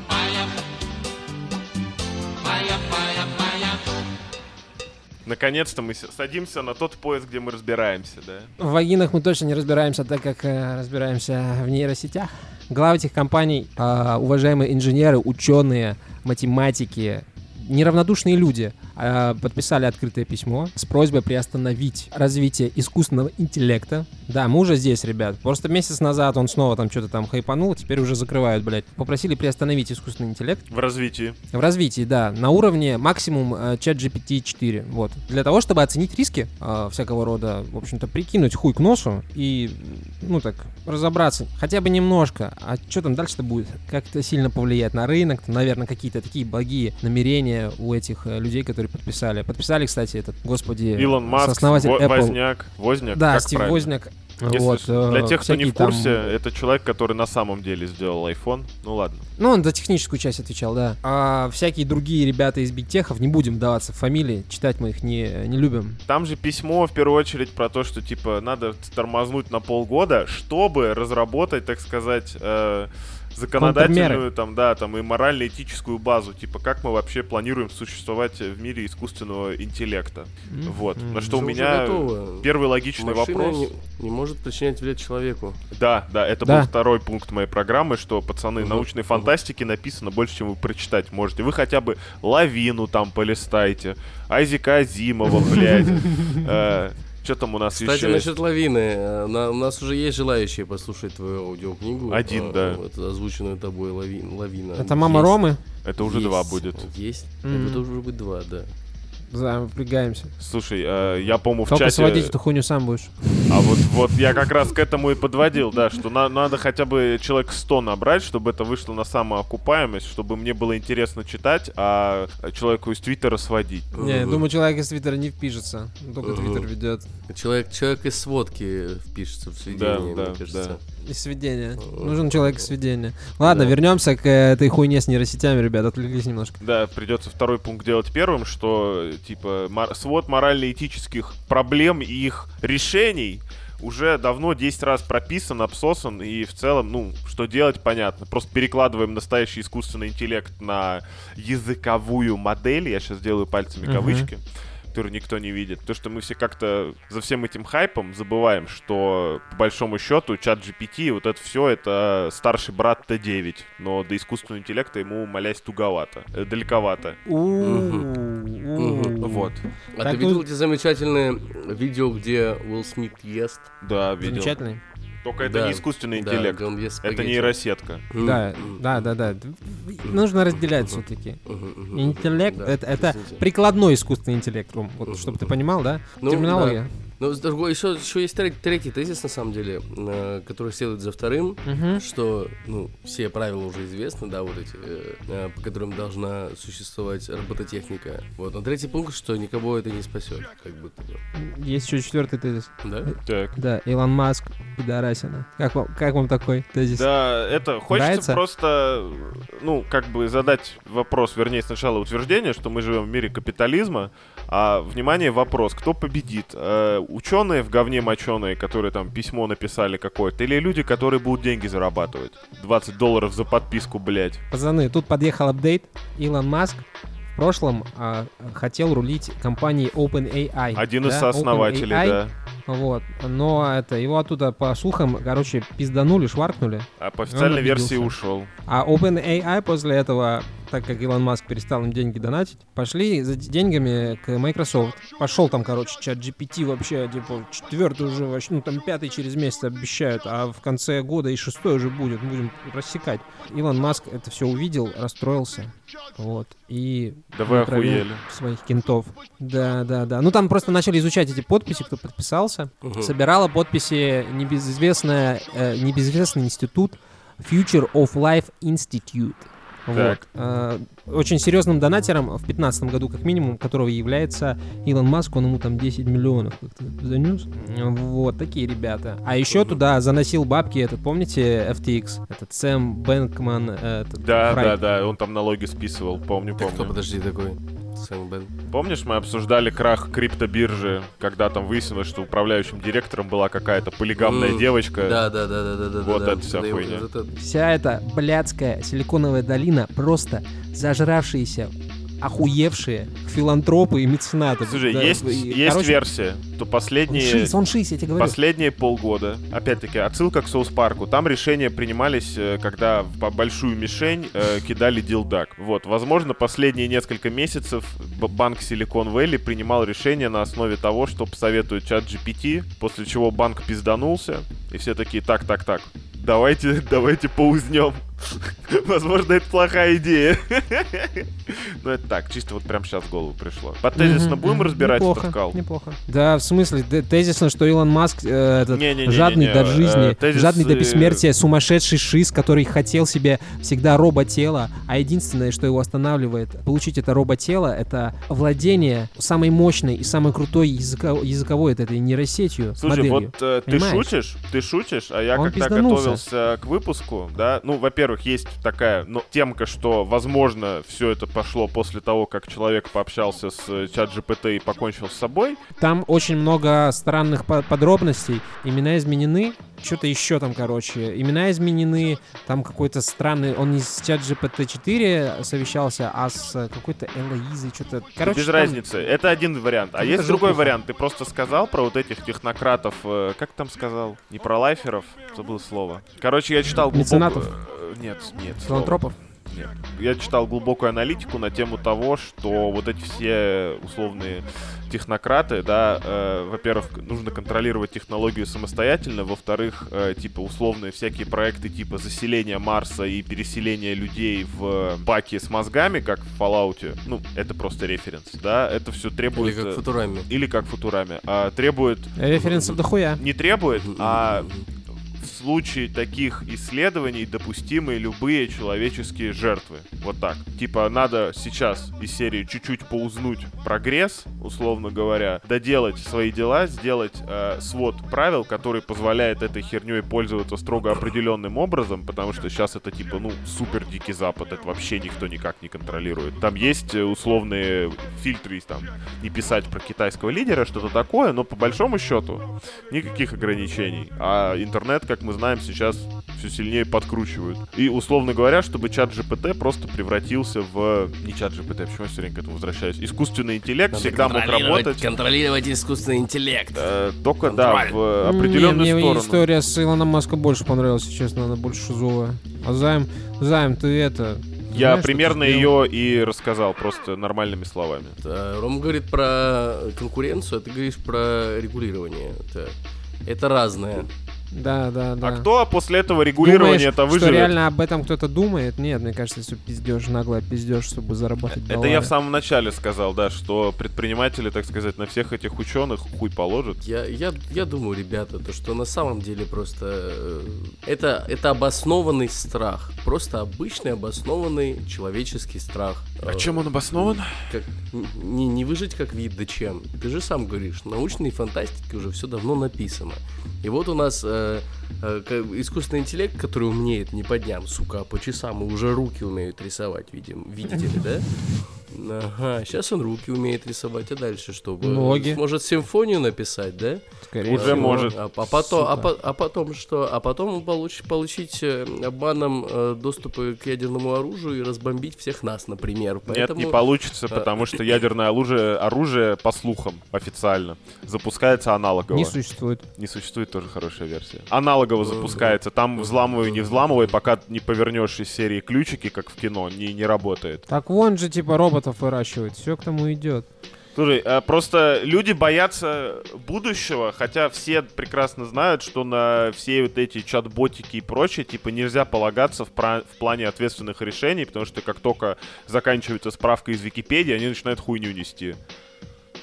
Speaker 3: Наконец-то мы с- садимся на тот поезд, где мы разбираемся, да?
Speaker 1: В вагинах мы точно не разбираемся, так как э, разбираемся в нейросетях. Главы этих компаний, э, уважаемые инженеры, ученые, математики, неравнодушные люди э, подписали открытое письмо с просьбой приостановить развитие искусственного интеллекта. Да, мы уже здесь, ребят. Просто месяц назад он снова там что-то там хайпанул, теперь уже закрывают, блядь. Попросили приостановить искусственный интеллект.
Speaker 3: В развитии.
Speaker 1: В развитии, да, на уровне максимум э, чат GPT-4, вот. Для того, чтобы оценить риски э, всякого рода, в общем-то, прикинуть хуй к носу и, ну так, разобраться хотя бы немножко, а что там дальше-то будет, как это сильно повлияет на рынок, там, наверное, какие-то такие благие намерения у этих э, людей, которые подписали. Подписали, кстати, этот, господи,
Speaker 3: Илон Маск,
Speaker 1: основатель
Speaker 3: Во-
Speaker 1: Э, Apple.
Speaker 3: Возняк, Возняк,
Speaker 1: Да,
Speaker 3: как
Speaker 1: Стив
Speaker 3: правильно?
Speaker 1: Возняк.
Speaker 3: Если
Speaker 1: вот,
Speaker 3: ш-
Speaker 1: э,
Speaker 3: для тех, кто не
Speaker 1: всякие
Speaker 3: в
Speaker 1: там-
Speaker 3: курсе, это человек, который на самом деле сделал iPhone. Ну ладно.
Speaker 1: Ну, он за техническую часть отвечал, да. А всякие другие ребята из бигтехов, не будем вдаваться в фамилии, читать мы их не, не любим.
Speaker 3: Там же письмо в первую очередь про то, что типа надо тормознуть на полгода, чтобы разработать, так сказать, э, законодательную,
Speaker 1: Контрмеры.
Speaker 3: там, да, там и морально-этическую базу, типа как мы вообще планируем существовать в мире искусственного интеллекта.
Speaker 1: М?
Speaker 3: Вот.
Speaker 1: М.
Speaker 3: На что у
Speaker 2: Уже
Speaker 3: меня
Speaker 2: готово.
Speaker 3: первый логичный
Speaker 2: Машина
Speaker 3: вопрос.
Speaker 2: Не, не может причинять вред человеку.
Speaker 3: Да, да, это
Speaker 1: Да.
Speaker 3: был второй пункт моей программы, что, пацаны,
Speaker 2: Мгм,
Speaker 3: научной
Speaker 2: мгм.
Speaker 3: фантастики написано больше, чем вы прочитать можете. Вы хотя бы лавину там полистайте, Айзека Азимова, блядь. Что там у нас
Speaker 2: Кстати,
Speaker 3: еще? есть?
Speaker 2: насчет лавины. э, на- у нас уже есть желающие послушать твою аудиокнигу.
Speaker 3: Один,
Speaker 2: э,
Speaker 3: да.
Speaker 2: вот, озвученную тобой лавин, лавина.
Speaker 1: Это мама
Speaker 2: Есть.
Speaker 1: Ромы.
Speaker 3: Это уже
Speaker 2: Есть.
Speaker 3: два будет.
Speaker 2: Есть.
Speaker 1: Мгм.
Speaker 2: Это уже будет два, да.
Speaker 1: Да, впрягаемся.
Speaker 3: Слушай, э, я, по-моему, в
Speaker 1: Только
Speaker 3: чате...
Speaker 1: сводить эту хуйню сам будешь.
Speaker 3: А вот, вот я как раз к этому и подводил, да, что на- надо хотя бы человек 100 набрать, чтобы это вышло на самоокупаемость, чтобы мне было интересно читать, а человеку из Твиттера сводить.
Speaker 1: Не, я
Speaker 2: Мгм.
Speaker 3: э.
Speaker 1: думаю, человек из Твиттера не впишется. Он Только
Speaker 2: Мгм.
Speaker 1: Твиттер ведет.
Speaker 2: Человек, человек из сводки впишется в сведение,
Speaker 3: да,
Speaker 2: мне кажется.
Speaker 1: Из сведения.
Speaker 2: Э,
Speaker 1: Нужен человек из сведения. Ладно,
Speaker 2: да.
Speaker 1: вернемся к э, этой хуйне с нейросетями, ребят. Отвлеклись немножко.
Speaker 3: Да, придется второй пункт делать первым, что э, типа мор- свод морально-этических проблем и их решений уже давно 10 раз прописан, обсосан, и в целом, ну, что делать, понятно. Просто перекладываем настоящий искусственный интеллект на языковую модель, я сейчас делаю пальцами
Speaker 1: Мгм.
Speaker 3: кавычки, которую никто не видит. То, что мы все как-то за всем этим хайпом забываем, что по большому счету чат GPT, вот это все, это старший брат Т9, но до искусственного интеллекта ему, молясь, туговато, э, далековато. Э,
Speaker 1: У-у-у.
Speaker 3: Вот.
Speaker 2: А
Speaker 1: Так,
Speaker 2: ты видел
Speaker 1: ну-
Speaker 2: эти замечательные видео, где Уилл Смит ест?
Speaker 3: Да, видел.
Speaker 1: Замечательный.
Speaker 3: Только это
Speaker 2: Да,
Speaker 3: не искусственный
Speaker 2: да,
Speaker 3: интеллект.
Speaker 2: где он ест
Speaker 3: Это
Speaker 2: спагетти.
Speaker 3: нейросетка.
Speaker 2: М.
Speaker 1: Да,
Speaker 3: э.
Speaker 1: да, да, да. Нужно разделять все-таки.
Speaker 2: Мгм, мгм,
Speaker 1: Интеллект
Speaker 2: да,
Speaker 1: это, это
Speaker 2: извините.
Speaker 1: прикладной искусственный интеллект, Ром. Вот, чтобы ты понимал, да?
Speaker 2: Ну,
Speaker 1: Терминология.
Speaker 2: Но с другой, еще, еще есть тре- третий, тезис, на самом деле, э, который следует за вторым,
Speaker 1: Мгм.
Speaker 2: что, ну, все правила уже известны, да, вот эти, э, э, по которым должна существовать робототехника. Вот, но третий пункт, что никого это не спасет, как будто бы,
Speaker 1: Есть еще четвертый тезис.
Speaker 2: да?
Speaker 3: Так.
Speaker 1: Да, Илон Маск, пидорасина. Как вам, как вам такой тезис?
Speaker 3: Да, это хочется
Speaker 1: Нравится?
Speaker 3: просто, ну, как бы задать вопрос, вернее, сначала утверждение, что мы живем в мире капитализма, а, внимание, вопрос, кто победит? Э, ученые в говне моченые, которые там письмо написали какое-то, или люди, которые будут деньги зарабатывать? 20 долларов за подписку, блядь.
Speaker 1: Пацаны, тут подъехал апдейт. Илон Маск в прошлом а, хотел рулить компанией OpenAI.
Speaker 3: Один из
Speaker 1: да,
Speaker 3: сооснователей,
Speaker 1: OpenAI,
Speaker 3: да.
Speaker 1: Вот, но это, его оттуда, по слухам, короче, пизданули, шваркнули.
Speaker 3: А по официальной версии
Speaker 1: обиделся.
Speaker 3: ушел.
Speaker 1: А OpenAI после этого так как Илон Маск перестал им деньги донатить, пошли за деньгами к Microsoft. Пошел там, короче, чат GPT вообще, типа, четвертый уже, вообще, ну там пятый через месяц обещают, а в конце года и шестой уже будет, будем рассекать. Илон Маск это все увидел, расстроился, вот, и
Speaker 3: Да вы
Speaker 1: отправил
Speaker 3: охуели.
Speaker 1: своих кентов. Да, да, да. Ну там просто начали изучать эти подписи, кто подписался.
Speaker 2: Мгм.
Speaker 1: Собирала подписи небезызвестная, э, небезызвестный институт Future of Life Institute.
Speaker 3: Так.
Speaker 1: Вот. Э, очень серьезным донатером в 2015 году, как минимум, которого является Илон Маск, он ему там 10 миллионов как-то занес. Вот, такие ребята. А еще
Speaker 2: Мгм.
Speaker 1: туда заносил бабки этот, помните, FTX? Этот Сэм Бэнкман. э, этот
Speaker 3: Да,
Speaker 1: Фрайд.
Speaker 3: да, да, он там налоги списывал, помню,
Speaker 2: Ты кто,
Speaker 3: помню.
Speaker 2: подожди, такой? Сэм Бен.
Speaker 3: Помнишь, мы обсуждали крах криптобиржи, когда там выяснилось, что управляющим директором была какая-то полигамная
Speaker 2: М,
Speaker 3: девочка.
Speaker 2: Да, да, да, да, да, да.
Speaker 3: Вот
Speaker 2: да,
Speaker 3: это вся
Speaker 2: да, и
Speaker 3: хуйня.
Speaker 2: вот это-
Speaker 1: Вся эта блядская силиконовая долина просто зажравшиеся, охуевшие филантропы и меценаты.
Speaker 3: Слушай,
Speaker 1: Да,
Speaker 3: есть,
Speaker 1: и,
Speaker 3: есть
Speaker 1: короче,
Speaker 3: версия, то
Speaker 1: Он
Speaker 3: последние,
Speaker 1: шиз, он шиз, я тебе говорю.
Speaker 3: последние полгода, опять-таки, отсылка к Соус Парку, там решения принимались, э, когда в по- большую мишень э, кидали дилдак. Вот, возможно, последние несколько месяцев б- банк Silicon Valley принимал решение на основе того, что советует чат GPT, после чего банк пизданулся, и все такие, так, так, так, давайте, давайте поузнем. Возможно, это плохая идея. Но это так, чисто вот прям сейчас в голову пришло. По тезисно
Speaker 1: Мгм,
Speaker 3: будем
Speaker 1: мгм.
Speaker 3: разбирать
Speaker 1: неплохо,
Speaker 3: этот кал?
Speaker 1: Неплохо. Да, в смысле, д- тезисно, что Илон Маск э, этот,
Speaker 3: Не-не-не-не-не,
Speaker 1: жадный
Speaker 3: э,
Speaker 1: до жизни,
Speaker 3: тезис,
Speaker 1: жадный до
Speaker 3: э,
Speaker 1: бессмертия, сумасшедший шиз, который хотел себе всегда роботело, а единственное, что его останавливает получить это роботело, это владение самой мощной и самой крутой языко- языковой вот этой нейросетью,
Speaker 3: Слушай,
Speaker 1: моделью.
Speaker 3: вот э, ты
Speaker 1: Понимаешь?
Speaker 3: шутишь, ты шутишь, а я
Speaker 1: Он
Speaker 3: когда
Speaker 1: пизданулся.
Speaker 3: готовился к выпуску, да, ну, во-первых, есть такая ну, темка, что, возможно, все это пошло после того, как человек пообщался с э, чат GPT и покончил с собой.
Speaker 1: Там очень много странных по- подробностей. Имена изменены. Что-то еще там, короче. Имена изменены. Там какой-то странный... Он не с чат GPT-4 совещался, а с э, какой-то Элоизой. Что-то... Короче,
Speaker 3: Без
Speaker 1: там-
Speaker 3: разницы, это один вариант. А
Speaker 1: Там
Speaker 3: есть
Speaker 1: это
Speaker 3: другой
Speaker 1: желтуха.
Speaker 3: вариант, ты просто сказал про вот этих технократов, э, как там сказал, не про лайферов, забыл слово. Короче, я читал... глубоко-
Speaker 1: Меценатов?
Speaker 3: э, Нет, нет. слово.
Speaker 1: Филантропов.
Speaker 3: Нет. Я читал глубокую аналитику на тему того, что вот эти все условные технократы, да, э, во-первых, нужно контролировать технологию самостоятельно, во-вторых, э, типа условные всякие проекты типа заселения Марса и переселения людей в э, баки с мозгами, как в Fallout, ну, это просто референс, да, это все
Speaker 2: Или
Speaker 3: требует...
Speaker 2: как
Speaker 3: э,
Speaker 2: Футурами.
Speaker 3: или как Футурами, а, требует...
Speaker 1: Э, Референсов дохуя.
Speaker 3: Не требует, а
Speaker 2: Мгм.
Speaker 3: в случае таких исследований допустимы любые человеческие жертвы. Вот так. Типа надо сейчас из серии чуть-чуть поузнуть прогресс, условно говоря, доделать свои дела, сделать э, свод правил, который позволяет этой херней пользоваться строго определенным образом, потому что сейчас это типа, ну, супер дикий запад, это вообще никто никак не контролирует. Там есть э, условные фильтры, там, не писать про китайского лидера, что-то такое, но по большому счету никаких ограничений. А интернет, как мы знаем, сейчас все сильнее подкручивают. И, условно говоря, чтобы чат GPT просто превратился в... Не чат GPT, почему я все время к этому возвращаюсь? Искусственный интеллект
Speaker 2: Надо
Speaker 3: всегда мог
Speaker 2: контролировать-
Speaker 3: работать
Speaker 2: Контролировать искусственный интеллект.
Speaker 3: э, только, да,
Speaker 2: Контроль.
Speaker 3: в э, определенную
Speaker 1: Не, мне
Speaker 3: сторону.
Speaker 1: история с Илоном Маском больше понравилась, если честно. Она больше шизовая. А Займ, Займ, ты это...
Speaker 3: Я
Speaker 1: знаешь, что
Speaker 3: примерно
Speaker 1: ты
Speaker 3: ее и рассказал, просто нормальными словами.
Speaker 2: Э, Ром говорит про конкуренцию, а ты говоришь про регулирование. Это, это разное.
Speaker 1: сделал? Да, да, да.
Speaker 3: А кто после этого регулирования это
Speaker 1: Думаешь,
Speaker 3: выживет?
Speaker 1: Что реально об этом кто-то думает? Нет, мне кажется, все пиздешь, нагло пиздешь, чтобы зарабатывать
Speaker 3: Это
Speaker 1: доллары.
Speaker 3: я в самом начале сказал, да, что предприниматели, так сказать, на всех этих ученых хуй положат.
Speaker 2: Я, я, я думаю, ребята, то, что на самом деле просто... э, Это, это обоснованный страх. Просто обычный обоснованный человеческий страх.
Speaker 3: А
Speaker 2: Э,
Speaker 3: чем он обоснован?
Speaker 2: как- н- не, не выжить как вид, да чем. Ты же сам говоришь, в научной фантастике уже все давно написано. И вот у нас э, э, к- искусственный интеллект, который умнеет не по дням, сука, а по часам, и уже руки умеют рисовать, видим, видите ли, да? Ага, сейчас он руки умеет рисовать, а дальше что?
Speaker 1: Ноги.
Speaker 2: Может симфонию написать, да?
Speaker 1: Скорее
Speaker 3: Уже
Speaker 1: всего.
Speaker 2: всего.
Speaker 3: может.
Speaker 2: А, а потом, а,
Speaker 1: Сука.
Speaker 2: по- а потом что? А потом он получ- получить э, обманом э, доступы к ядерному оружию и разбомбить всех нас, например.
Speaker 3: Нет,
Speaker 2: Поэтому
Speaker 3: не получится, потому что ядерное оружие, оружие, по слухам, официально, запускается аналогово.
Speaker 1: Не существует.
Speaker 3: Не Э, существует тоже хорошая версия. Аналогово
Speaker 2: Да,
Speaker 3: запускается. Там взламывай, не взламывай, пока не повернешь из серии ключики, как в кино, не, не работает.
Speaker 1: Так вон же, типа, роботов выращивают. Все к тому идет.
Speaker 3: Слушай, э, просто люди боятся будущего, хотя все прекрасно знают, что на все вот эти чат-ботики и прочее, типа, нельзя полагаться в, пра- в плане ответственных решений, потому что как только заканчивается справка из Википедии, они начинают хуйню нести.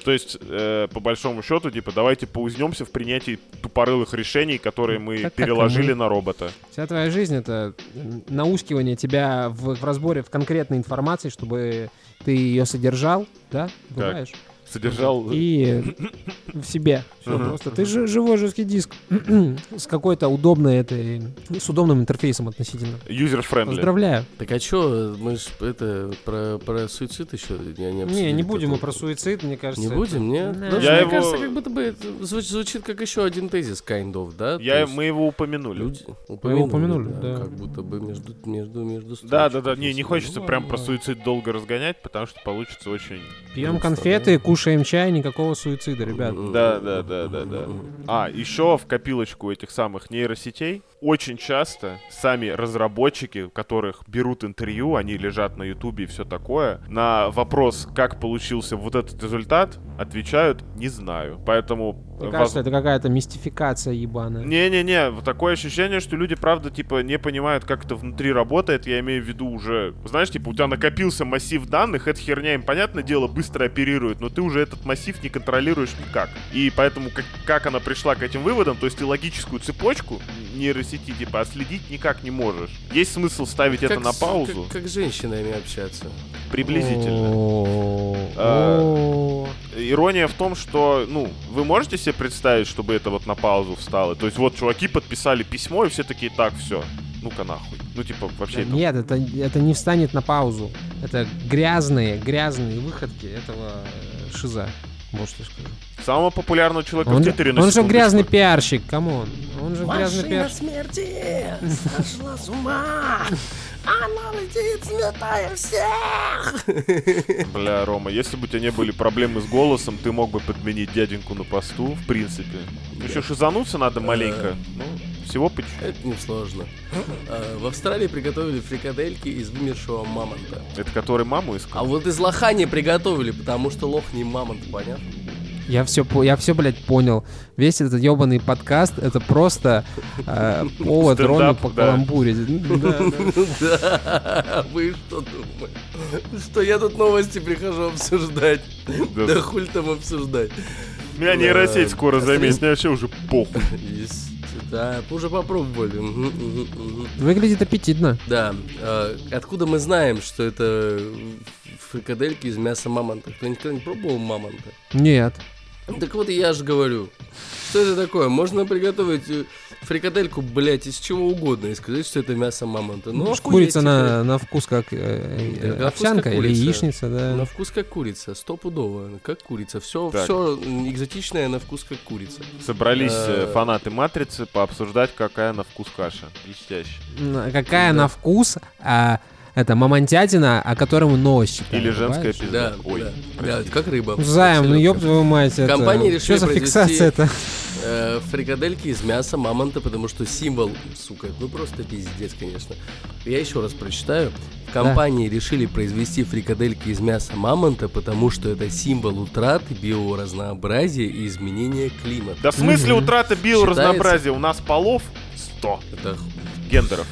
Speaker 3: То есть, э, по большому счету, типа, давайте поузнемся в принятии тупорылых решений, которые мы
Speaker 1: Так как и
Speaker 3: переложили
Speaker 1: мы.
Speaker 3: на робота.
Speaker 1: Вся твоя жизнь — это м, наускивание тебя в, в разборе в конкретной информации, чтобы ты ее содержал, да? Бываешь?
Speaker 3: Содержал...
Speaker 1: И в себе. Всё
Speaker 3: Мгм.
Speaker 1: просто. Ты же живой жесткий диск с какой-то удобной этой... С удобным интерфейсом относительно.
Speaker 3: Юзер-френдли.
Speaker 1: Поздравляю.
Speaker 2: Так а чё, мы ж это про, про суицид еще не, не
Speaker 1: Не,
Speaker 2: обсудили.
Speaker 1: не будем мы
Speaker 2: Потом.
Speaker 1: про суицид, мне кажется.
Speaker 2: Не
Speaker 1: это-
Speaker 2: будем, нет?
Speaker 1: Да.
Speaker 2: Потому что,
Speaker 3: Я
Speaker 2: мне
Speaker 3: его-
Speaker 2: кажется, как будто бы это звуч- звучит, как еще один тезис, kind of, да? То
Speaker 3: Я,
Speaker 2: есть
Speaker 3: мы его упомянули.
Speaker 2: Люди
Speaker 1: его упомянули, да.
Speaker 2: Как будто бы между, между, между
Speaker 3: Да,
Speaker 2: строчек.
Speaker 3: да, да. Не, не хочется
Speaker 1: Ну,
Speaker 3: прям про
Speaker 1: ладно.
Speaker 3: суицид долго разгонять, потому что получится очень.
Speaker 1: Пьем
Speaker 2: Грустно,
Speaker 1: конфеты,
Speaker 2: да.
Speaker 1: кушаем чай, никакого суицида, Ну, ребят.
Speaker 2: М-м-м.
Speaker 3: Да, да, да, да, да. А, еще в копилочку этих самых нейросетей очень часто сами разработчики, у которых берут интервью, они лежат на Ютубе и все такое, на вопрос, как получился вот этот результат, отвечают «не знаю». Поэтому...
Speaker 1: Мне
Speaker 3: воз-
Speaker 1: кажется, это какая-то мистификация ебаная.
Speaker 3: Не-не-не, вот такое ощущение, что люди, правда, типа, не понимают, как это внутри работает. Я имею в виду уже, знаешь, типа, у тебя накопился массив данных, эта херня им, понятное дело, быстро оперирует, но ты уже этот массив не контролируешь никак. И поэтому, как, как она пришла к этим выводам, то есть ты логическую цепочку нейросети, типа, отследить никак не можешь. Есть смысл ставить это
Speaker 2: Как
Speaker 3: на
Speaker 2: с-
Speaker 3: паузу?
Speaker 2: Как, как с женщинами общаться.
Speaker 3: Приблизительно.
Speaker 1: О,
Speaker 3: А.
Speaker 1: о.
Speaker 3: Ирония в том, что, ну, вы можете себе представить, чтобы это вот на паузу встало? То есть вот чуваки подписали письмо, и все такие, так, все, ну-ка нахуй. Ну, типа, вообще... это-
Speaker 1: Нет, это, это не встанет на паузу. Это грязные, грязные выходки этого э, шиза. Может, я скажу.
Speaker 3: Самого популярного человека
Speaker 1: Он,
Speaker 3: в
Speaker 1: же-
Speaker 3: Твиттере на
Speaker 1: он же
Speaker 3: секундочку.
Speaker 1: грязный пиарщик, камон. Он же грязный
Speaker 4: Машина
Speaker 1: пиарщик.
Speaker 4: смерти сошла с ума. Она летит, сметая всех.
Speaker 3: Бля, Рома, если бы у тебя не были проблемы с голосом, ты мог бы подменить дяденьку на посту, в принципе. Еще шизануться надо маленько. Ну, всего по чуть-чуть.
Speaker 2: Это несложно. А, В Австралии приготовили фрикадельки из вымершего мамонта.
Speaker 3: Это который маму
Speaker 2: А
Speaker 3: искал?
Speaker 2: вот из лоха не приготовили, потому что лох не мамонт, понятно?
Speaker 1: Я все, я все, блядь, понял. Весь этот ебаный подкаст это просто э, повод
Speaker 3: Стендап,
Speaker 1: Роме по
Speaker 3: да.
Speaker 2: Да, вы что думаете? Что я тут новости прихожу обсуждать?
Speaker 3: Да.
Speaker 2: Да хуль там обсуждать.
Speaker 3: Меня нейросеть
Speaker 2: Э,
Speaker 3: скоро
Speaker 2: Австралия-
Speaker 3: заметит, мне вообще уже похуй.
Speaker 2: Ес- Да, уже попробовали. Мгм, мгм, мгм.
Speaker 1: Выглядит аппетитно.
Speaker 2: Да, э, откуда мы знаем, что это фрикадельки из мяса мамонта? Кто никогда не пробовал мамонта?
Speaker 1: Нет.
Speaker 2: Так вот и я же говорю. Что это такое? Можно приготовить э, фрикадельку, блядь, из чего угодно и сказать, что это мясо мамонта. Ну,
Speaker 1: Уж
Speaker 2: охуеть,
Speaker 1: курица
Speaker 2: это-
Speaker 1: на, на вкус как э, э,
Speaker 2: Да, на вкус
Speaker 1: овсянка
Speaker 2: как
Speaker 1: или
Speaker 2: курица.
Speaker 1: яичница, да.
Speaker 2: На вкус как курица, стопудово, как курица. Все,
Speaker 3: Так.
Speaker 2: все экзотичное на вкус как курица.
Speaker 3: Собрались
Speaker 2: Э.
Speaker 3: э, фанаты Матрицы пообсуждать, какая на вкус каша. Блестяще.
Speaker 1: М, Какая
Speaker 2: Да.
Speaker 1: на вкус, а, это мамонтятина, о которой мы новости. читаем,
Speaker 3: Или женская
Speaker 1: понимаешь?
Speaker 3: пизда.
Speaker 2: Да,
Speaker 3: Ой,
Speaker 2: да, да,
Speaker 3: простите.
Speaker 2: это как рыба.
Speaker 1: Займ, ну
Speaker 2: Абсолютно.
Speaker 1: ёб твою мать, это...
Speaker 2: Компания
Speaker 1: Что
Speaker 2: решила
Speaker 1: за
Speaker 2: произвести-
Speaker 1: фиксация это?
Speaker 2: Э, Фрикадельки из мяса мамонта, потому что символ, сука, ну просто пиздец, конечно. Я еще раз прочитаю. В компании решили произвести фрикадельки из мяса мамонта, потому что это символ утраты биоразнообразия и изменения климата.
Speaker 3: Да в смысле
Speaker 1: Мгм.
Speaker 3: утрата биоразнообразия? У нас полов 100
Speaker 2: Это х-
Speaker 3: гендеров.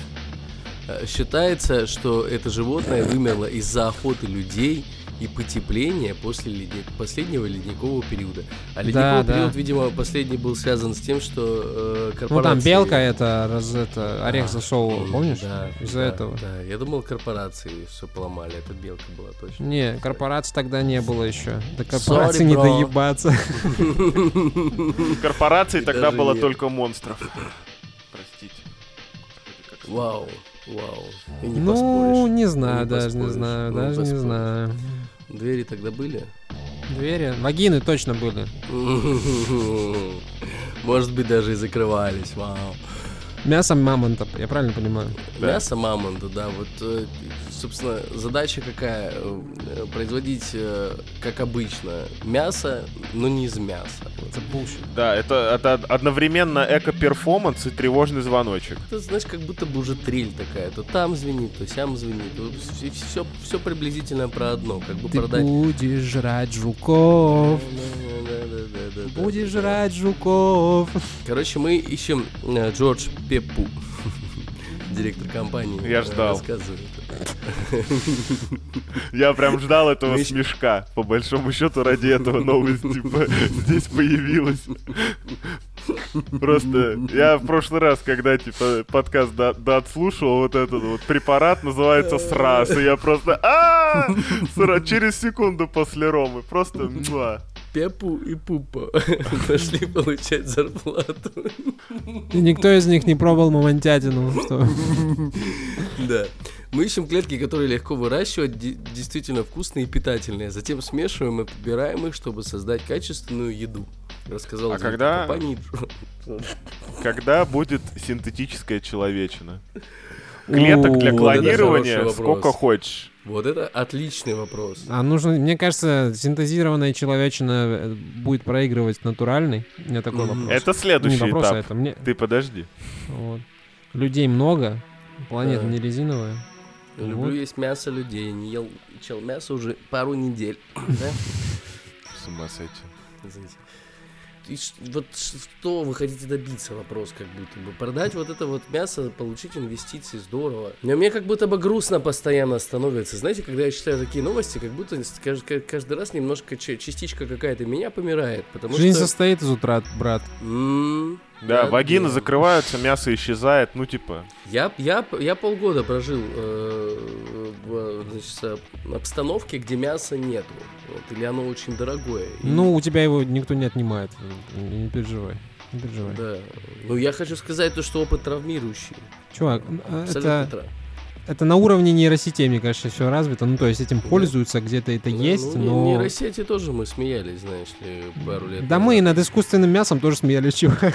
Speaker 2: Э, Считается, что это животное вымерло из-за охоты людей и потепления после ледник- последнего ледникового периода. А
Speaker 1: Да,
Speaker 2: ледниковый
Speaker 1: да.
Speaker 2: период, видимо, последний был связан с тем, что э, корпорации...
Speaker 1: Ну там белка это, раз, это орех
Speaker 2: А,
Speaker 1: засовывала,
Speaker 2: м,
Speaker 1: помнишь?
Speaker 2: да,
Speaker 1: Из-за
Speaker 2: да,
Speaker 1: этого.
Speaker 2: Да, я думал, корпорации все поломали, это белка была точно.
Speaker 1: Не, корпораций тогда не было еще. До корпорации не
Speaker 2: bro.
Speaker 1: доебаться.
Speaker 3: В корпорации
Speaker 2: И
Speaker 3: тогда
Speaker 2: даже
Speaker 3: было
Speaker 2: нет.
Speaker 3: только монстров. Простите.
Speaker 2: Вау, вау. И не
Speaker 1: Ну,
Speaker 2: поспоришь.
Speaker 1: не
Speaker 2: И
Speaker 1: знаю,
Speaker 2: не
Speaker 1: даже Ну, не
Speaker 2: поспоришь,
Speaker 1: знаю,
Speaker 2: ну, не
Speaker 1: даже не
Speaker 2: поспоришь.
Speaker 1: знаю.
Speaker 2: Двери тогда были?
Speaker 1: Двери, вагины точно были.
Speaker 2: Может быть, даже и закрывались, вау.
Speaker 1: Мясо мамонта, я правильно понимаю?
Speaker 3: Да.
Speaker 2: Мясо мамонта, да, вот, э, собственно, задача какая? Э, Производить, э, как обычно, мясо, но не из мяса.
Speaker 1: Это bullshit.
Speaker 3: Да, это, это одновременно эко-перформанс и тревожный звоночек.
Speaker 2: Это, знаешь, как будто бы уже трель такая. То там звенит, то сям звенит. Все, все, приблизительно про одно. Как бы
Speaker 1: Ты
Speaker 2: продать...
Speaker 1: будешь жрать жуков.
Speaker 2: Да-да-да-да-да-да.
Speaker 1: Будешь жрать жуков.
Speaker 2: Короче, мы ищем э, Джордж Пеппу, директор компании.
Speaker 3: Я
Speaker 2: э,
Speaker 3: ждал.
Speaker 2: рассказывает.
Speaker 3: Я прям ждал этого
Speaker 2: Мы ещё-
Speaker 3: смешка. По большому счету, ради этого новость типа, здесь появилась. Просто я в прошлый раз, когда типа подкаст до- доотслушивал, вот этот вот препарат называется СРАС, и я просто а Сра- через секунду после Ромы просто муа.
Speaker 2: Пеппу и Пупа пошли получать зарплату.
Speaker 1: И никто из них не пробовал мамонтятину. Что?
Speaker 2: Да. Мы ищем клетки, которые легко выращивать, де- действительно вкусные и питательные. Затем смешиваем и подбираем их, чтобы создать качественную еду. Рассказал
Speaker 3: А
Speaker 2: директор
Speaker 3: когда-
Speaker 2: компании Джо-
Speaker 3: Когда будет синтетическая человечина? Клеток для
Speaker 1: О,
Speaker 2: это
Speaker 3: клонирования
Speaker 2: хороший
Speaker 3: сколько
Speaker 2: вопрос.
Speaker 3: хочешь.
Speaker 2: Вот это отличный вопрос.
Speaker 1: А нужно, мне кажется, синтезированная человечина э, будет проигрывать натуральный. У меня такой
Speaker 2: Мгм.
Speaker 1: вопрос. Ну,
Speaker 3: Это
Speaker 1: не
Speaker 3: следующий
Speaker 1: вопрос, а
Speaker 3: этап.
Speaker 1: это мне.
Speaker 3: Ты подожди.
Speaker 1: Вот. Людей много, планета
Speaker 2: Да.
Speaker 1: не резиновая.
Speaker 2: Люблю
Speaker 1: Вот.
Speaker 2: есть мясо людей. Не ел чел мясо уже пару недель. Да?
Speaker 3: С ума сойти.
Speaker 2: Извините. И ш- вот ш- что вы хотите добиться, вопрос как будто бы. Продать вот это вот мясо, получить инвестиции, здорово. Но мне как будто бы грустно постоянно становится. Знаете, когда я читаю такие новости, как будто с- каж- ка- каждый раз немножко ч- частичка какая-то меня помирает. Потому
Speaker 1: Жизнь
Speaker 2: что...
Speaker 1: состоит из утрат, брат.
Speaker 2: М,
Speaker 3: Да, вагины
Speaker 2: да.
Speaker 3: закрываются, мясо исчезает, ну типа.
Speaker 2: Я, я, я полгода прожил э, в значит, э, обстановке, где мяса нету. Вот, или оно очень дорогое. И-
Speaker 1: Ну, у тебя его никто не отнимает. Не не переживай. Не переживай.
Speaker 2: Да. Ну, я хочу сказать то, что опыт травмирующий.
Speaker 1: Чувак, а,
Speaker 2: Абсолютно
Speaker 1: это,
Speaker 2: тра-
Speaker 1: это на уровне нейросетей, мне кажется, все развито. Ну, то есть этим
Speaker 2: Да.
Speaker 1: пользуются, где-то это
Speaker 2: Да,
Speaker 1: есть,
Speaker 2: ну, не-
Speaker 1: но...
Speaker 2: Нейросети тоже мы смеялись, знаешь ли, пару лет
Speaker 1: Да
Speaker 2: назад.
Speaker 1: мы и над искусственным мясом тоже смеялись, чувак.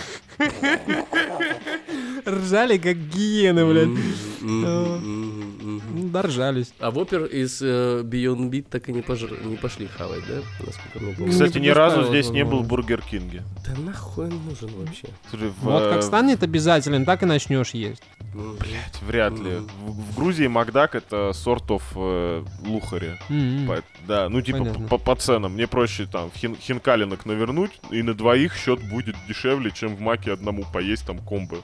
Speaker 1: Ржали, как гиены,
Speaker 2: Мгм,
Speaker 1: блядь.
Speaker 2: мгм, мгм, мгм.
Speaker 1: Ну, доржались.
Speaker 2: А Вопер из э, Beyond Beat так и не, пожр- не пошли хавать, да? Насколько мне помню.
Speaker 1: Кстати,
Speaker 3: Кстати, ни разу
Speaker 1: предоставил
Speaker 3: здесь не был
Speaker 1: возможность.
Speaker 3: Бургер Кинге.
Speaker 2: Да нахуй он нужен вообще?
Speaker 3: Слушай, в,
Speaker 1: Вот
Speaker 3: э,
Speaker 1: как станет обязателен, так и начнешь есть.
Speaker 2: М.
Speaker 3: блядь, вряд ли.
Speaker 2: Мгм.
Speaker 3: В, в Грузии Макдак это сортов э, лухари.
Speaker 1: М-м.
Speaker 3: По- да, ну типа
Speaker 1: Понятно.
Speaker 3: по, по ценам. Мне проще там в хин- хинкалинок навернуть, и на двоих счет будет дешевле, чем в маке одному поесть там комбо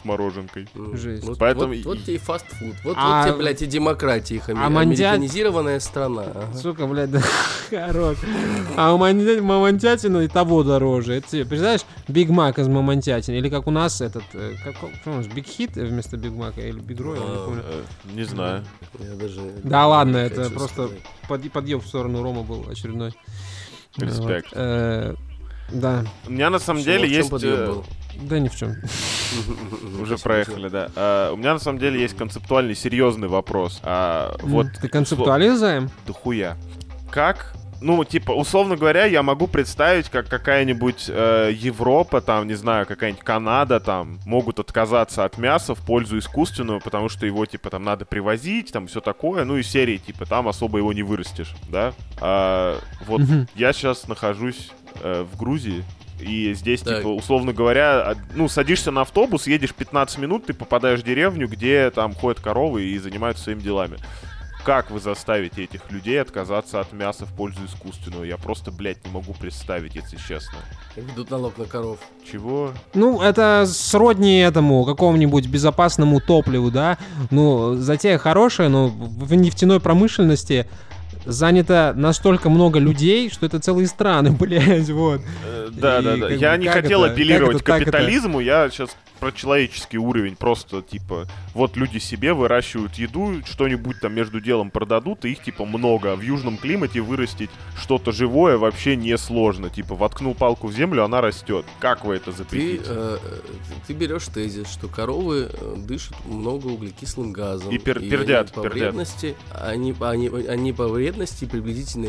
Speaker 3: с мороженкой.
Speaker 2: М.
Speaker 1: Жесть.
Speaker 2: ну, Вот,
Speaker 3: Поэтому
Speaker 2: вот-
Speaker 3: и-
Speaker 2: вот тебе и фастфуд, вот,
Speaker 1: А-
Speaker 2: вот тебе, блядь, и демократия, их ами-
Speaker 1: А мандя-
Speaker 2: американизированная страна. ага.
Speaker 1: Сука, блядь, да, хорош. А у мамонтя- мамонтятина и того дороже. Это тебе, представляешь, Биг Мак из мамонтятины. Или как у нас этот, э, как, он- что у нас, Биг Хит вместо Биг Мака или Биг Рой, я не
Speaker 2: А,
Speaker 1: помню.
Speaker 3: Э, не знаю.
Speaker 2: Я даже
Speaker 1: Да
Speaker 2: не
Speaker 1: ладно, это
Speaker 2: хочу
Speaker 1: просто-
Speaker 2: сказать.
Speaker 1: Под- подъем в сторону Рома был очередной.
Speaker 3: Респект.
Speaker 1: Вот. Э, Да,
Speaker 3: У меня на самом
Speaker 2: Чего, в
Speaker 3: деле
Speaker 2: чем
Speaker 3: есть.
Speaker 2: подъем
Speaker 3: э,
Speaker 2: был?
Speaker 1: да ни в чем.
Speaker 3: Уже проехали, да. А, у меня на самом деле есть концептуальный серьезный вопрос. А, вот
Speaker 1: Ты концептуализаем?
Speaker 3: дохуя. Как? Ну, типа, условно говоря, я могу представить, как какая-нибудь э, Европа, там, не знаю, какая-нибудь Канада, там, могут отказаться от мяса в пользу искусственного, потому что его, типа, там, надо привозить, там, все такое, ну, и серии, типа, там особо его не вырастешь, да? А, вот
Speaker 1: Мгм.
Speaker 3: я сейчас нахожусь э, в Грузии, и здесь,
Speaker 2: Так.
Speaker 3: типа, условно говоря, а, ну, садишься на автобус, едешь 15 минут, ты попадаешь в деревню, где там ходят коровы и занимаются своими делами. Как вы заставите этих людей отказаться от мяса в пользу искусственного? Я просто, блядь, не могу представить, если честно.
Speaker 2: Ведут налог на коров.
Speaker 3: Чего?
Speaker 1: Ну, это сродни этому какому-нибудь безопасному топливу, да. Ну, затея хорошая, но в нефтяной промышленности занято настолько много людей, что это целые страны, блядь, вот.
Speaker 3: Э, Да, да, да.
Speaker 1: как
Speaker 3: Я
Speaker 1: бы
Speaker 3: не
Speaker 1: как
Speaker 3: хотел
Speaker 1: это? Как
Speaker 3: апеллировать
Speaker 1: это так это?
Speaker 3: капитализму, я сейчас про человеческий уровень, просто типа, вот люди себе выращивают еду, что-нибудь там между делом продадут, и их типа много. А В южном климате вырастить что-то живое вообще несложно. Типа, воткнул палку в землю, она растет. Как вы
Speaker 2: Ты,
Speaker 3: это запретите?
Speaker 2: э, ты берешь тезис, что коровы э, дышат много углекислым газом.
Speaker 3: И пер- пердят,
Speaker 2: они по
Speaker 3: пердят.
Speaker 2: вредности, они, они, они по вредности приблизительно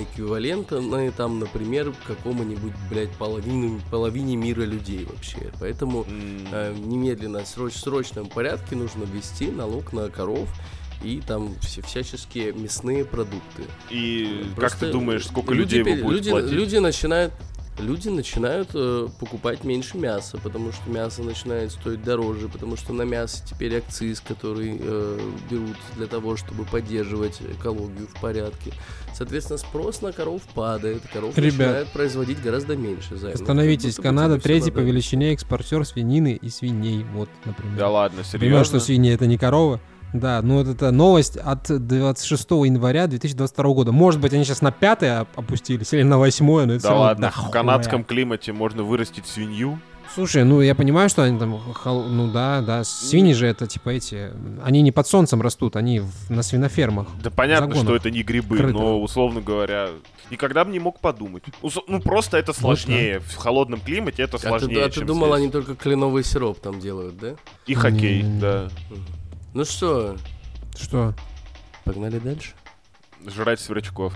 Speaker 2: эквивалентны, там, например, какому-нибудь, блядь, половине, половине мира людей вообще. Поэтому
Speaker 3: М,
Speaker 2: э, немедленно, сроч, в срочном порядке нужно ввести налог на коров и там все, всяческие мясные продукты.
Speaker 3: И как
Speaker 2: Просто
Speaker 3: ты думаешь, сколько
Speaker 2: люди
Speaker 3: людей вы
Speaker 2: пере-
Speaker 3: будете
Speaker 2: люди,
Speaker 3: платить?
Speaker 2: люди начинают, люди начинают э, покупать меньше мяса, потому что мясо начинает стоить дороже, потому что на мясо теперь акциз, который э, берут для того, чтобы поддерживать экологию в порядке. Соответственно, спрос на коров падает, коров
Speaker 1: Ребят,
Speaker 2: начинают производить гораздо меньше. Зай, ну,
Speaker 1: Остановитесь,
Speaker 2: как будто бы тебе
Speaker 1: Канада
Speaker 2: всё
Speaker 1: третий
Speaker 2: надо.
Speaker 1: по величине экспортер свинины и свиней, вот, например.
Speaker 3: Да ладно,
Speaker 1: Понимаешь,
Speaker 3: серьезно?
Speaker 1: что свинья это не корова. Да, ну вот это новость от 26 января 2022 года. Может быть, они сейчас на пятое оп- опустились или на восьмое, но это
Speaker 3: Да
Speaker 1: всё равно
Speaker 3: ладно, в
Speaker 1: дохуя.
Speaker 3: канадском климате можно вырастить свинью.
Speaker 1: Слушай, ну я понимаю, что они там, хол- ну да, да, свиньи же это типа эти, они не под солнцем растут, они в- на свинофермах.
Speaker 3: Да понятно,
Speaker 1: Загонов.
Speaker 3: что это не грибы,
Speaker 1: Крытых.
Speaker 3: но условно говоря, никогда бы не мог подумать. Усо- Ну просто это сложнее. В холодном климате это
Speaker 2: А ты,
Speaker 3: сложнее.
Speaker 2: а ты
Speaker 3: чем
Speaker 2: думал,
Speaker 3: здесь.
Speaker 2: они только кленовый сироп там делают, да?
Speaker 3: И хоккей,
Speaker 1: Не-не-не.
Speaker 3: да.
Speaker 2: Ну что,
Speaker 1: Что?
Speaker 2: погнали дальше.
Speaker 3: Жрать сверчков.